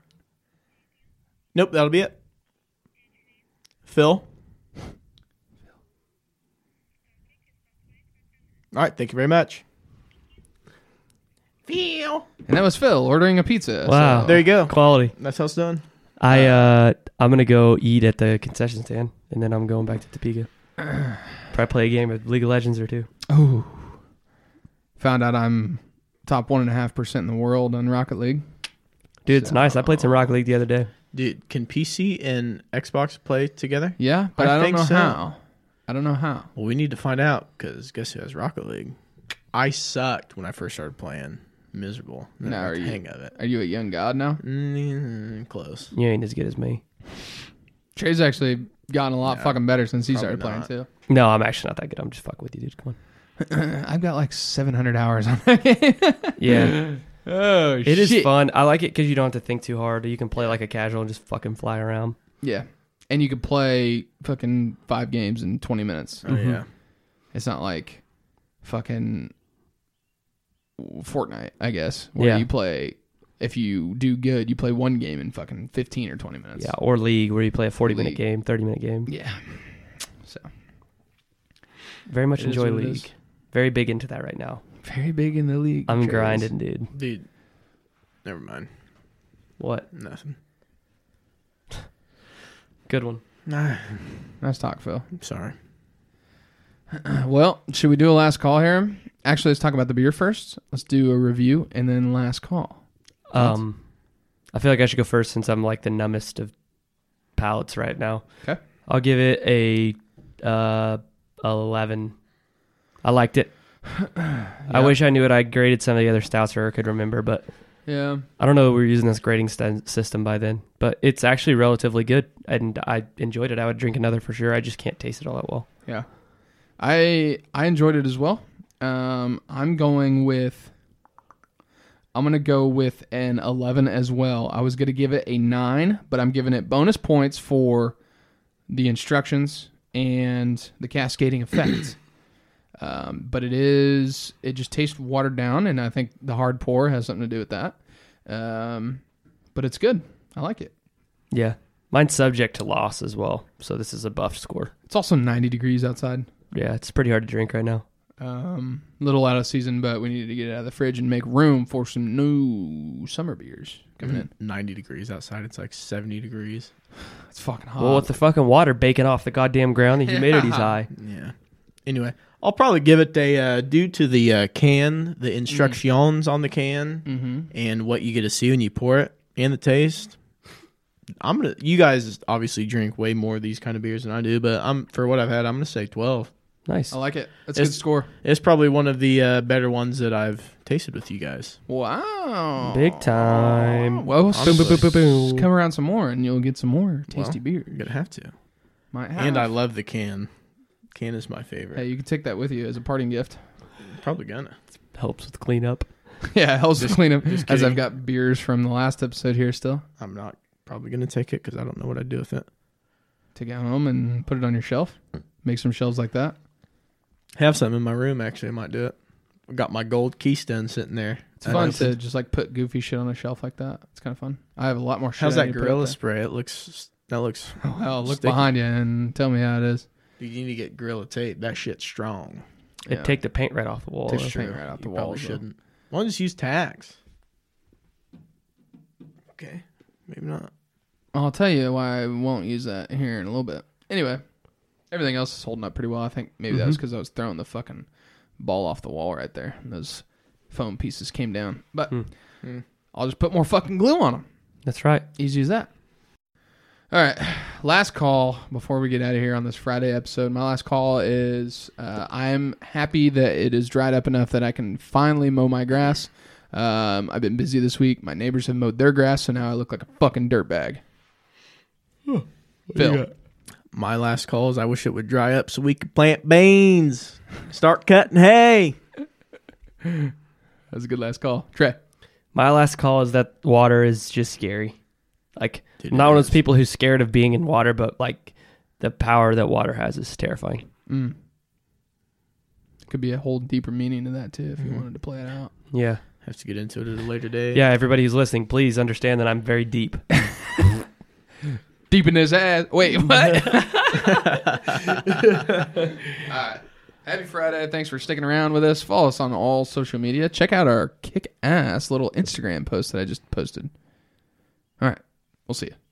Nope, that'll be it. Phil. All right, thank you very much. Phil.
And that was Phil ordering a pizza.
Wow.
so-
There you go.
Quality.
That's how it's done.
I uh I'm gonna go eat at the concession stand and then I'm going back to Topeka. Probably play a game of League of Legends or two.
Oh. Found out I'm top 1.5% in the world on Rocket League.
Dude, it's nice. I played some Rocket League the other day.
Dude, can PC and Xbox play together?
Yeah, but
I
I, don't
think
know
so.
how. I don't know how.
Well, we need to find out because guess who has Rocket League? I sucked when I first started playing. Miserable. Then I
Now
got
are
the
you-
hang of it.
Are you a young god now?
Mm, close.
You ain't as good as me.
Trey's actually gotten a lot fucking better since he
probably
started playing too.
No, I'm actually not that good. I'm just fucking with you, dude. Come
I've got like 700 hours on that game.
on. Yeah,
oh
it is fun. I like it because you don't have to think too hard. You can play like a casual and just fucking fly around.
Yeah, and you could play fucking five games in 20 minutes.
Oh yeah.
It's not like fucking Fortnite, I guess, where
Yeah.
you play. If you do good, you play one game in fucking 15 or 20 minutes.
Yeah, or League where you play a 40 minute
League.
game, 30 minute game.
Yeah. So
Very much
It is
enjoy
what it
League.
is.
Very big into that right now.
very big in the league.
I'm
Trey's.
grinding, dude.
Dude. Never mind.
What?
Nothing.
Good one.
Nah,
Nice talk, Phil.
I'm sorry.
Well, should we do a last call here? Actually, let's talk about the beer first. Let's do a review and then last call.
Um, I feel like I should go first since I'm like the numbest of palates right now.
Okay.
I'll give it a uh, 11. I liked it. I
Yeah.
wish I knew it. I graded some of the other stouts or could remember, but
Yeah.
I don't know. if We were using this grading st- system by then, but it's actually relatively good, and I enjoyed it. I would drink another for sure. I just can't taste it all that well.
Yeah. I I enjoyed it as well. Um I'm going with I'm going to go with an 11 as well. I was going to give it a 9, but I'm giving it bonus points for the instructions and the cascading effect. um, but it is it just tastes watered down and I think the hard pour has something to do with that. Um but it's good. I like it.
Yeah, mine's subject to loss as well, so this is a buff score.
It's also 90 degrees outside.
Yeah, it's pretty hard to drink right now.
Um, little out of season, but we needed to get it out of the fridge and make room for some new summer beers coming in.
90 Mm-hmm. degrees outside. It's like 70 degrees.
It's fucking hot.
Well, with the fucking water baking off the goddamn ground, the humidity's high.
Yeah. Anyway, I'll probably give it a uh, due to the uh, can, the
Mm.
instructions on the can,
Mm-hmm.
and what you get to see when you pour it, and the taste. I'm gonna. You guys obviously drink way more of these kind of beers than I do, but I'm for what I've had, I'm gonna say 12.
Nice.
I like it. That's a
It's-
good score.
It's probably one of the uh, better ones that I've tasted with you guys.
Wow.
Big time.
Well,
Honestly.
boom, boom, boom, boom, boom.
boom.
come around some more and you'll get some more tasty
You're
beers.
gonna have to.
Might have.
And I love the can. Can is my favorite.
Hey, you can take that with you as a parting gift.
Probably gonna.
Helps with cleanup.
yeah, helps just, clean up as
kidding.
I've got beers from the last episode here still.
I'm not probably gonna take it because I don't know what I'd do with it.
Take it home and put it on your shelf. Make some shelves like that.
Have some in my room. Actually, I might do it. I got my gold keystone sitting there.
It's fun to just like put goofy shit on a shelf like that. It's kind of fun. I have a lot more shit.
How's
I
that
need to put up
gorilla
there.
spray? It looks. That looks.
Well, look
Sticky.
behind you and tell me how it is.
You need to get Gorilla Tape. That shit's strong.
It'd
Yeah.
take the paint right off the wall.
Takes
though.
tr- Straight right off the
you probably
walls, though.
shouldn't. Why don't you just use tacks? Okay, maybe not.
I'll tell you why I won't use that here in a little bit. Anyway, everything else is holding up pretty well. I think maybe
Mm-hmm.
that was because I was throwing the fucking ball off the wall right there. And those foam pieces came down. But
Hmm.
mm, I'll just put more fucking glue on them.
That's right.
Easy as that. All right. Last call before we get out of here on this Friday episode. My last call is uh, I'm happy that it is dried up enough that I can finally mow my grass. Um, I've been busy this week. My neighbors have mowed their grass, so now I look like a fucking dirtbag. Phil.
My last call is I wish it would dry up so we could plant beans. Start cutting hay.
That was a good last call. Trey.
My last call is that water is just scary. Like
Dude,
I'm not
it
one of those
is.
people who's scared of being in water, but like the power that water has is terrifying.
Mm. Could be a whole deeper meaning to that too if you wanted to play it out.
Yeah.
Have to get into it at a later day.
Yeah, everybody who's listening, please understand that I'm very deep.
Deep in his ass. Wait, what? All right. Happy Friday. Thanks for sticking around with us. Follow us on all social media. Check out our kick ass little Instagram post that I just posted. All right. We'll see you.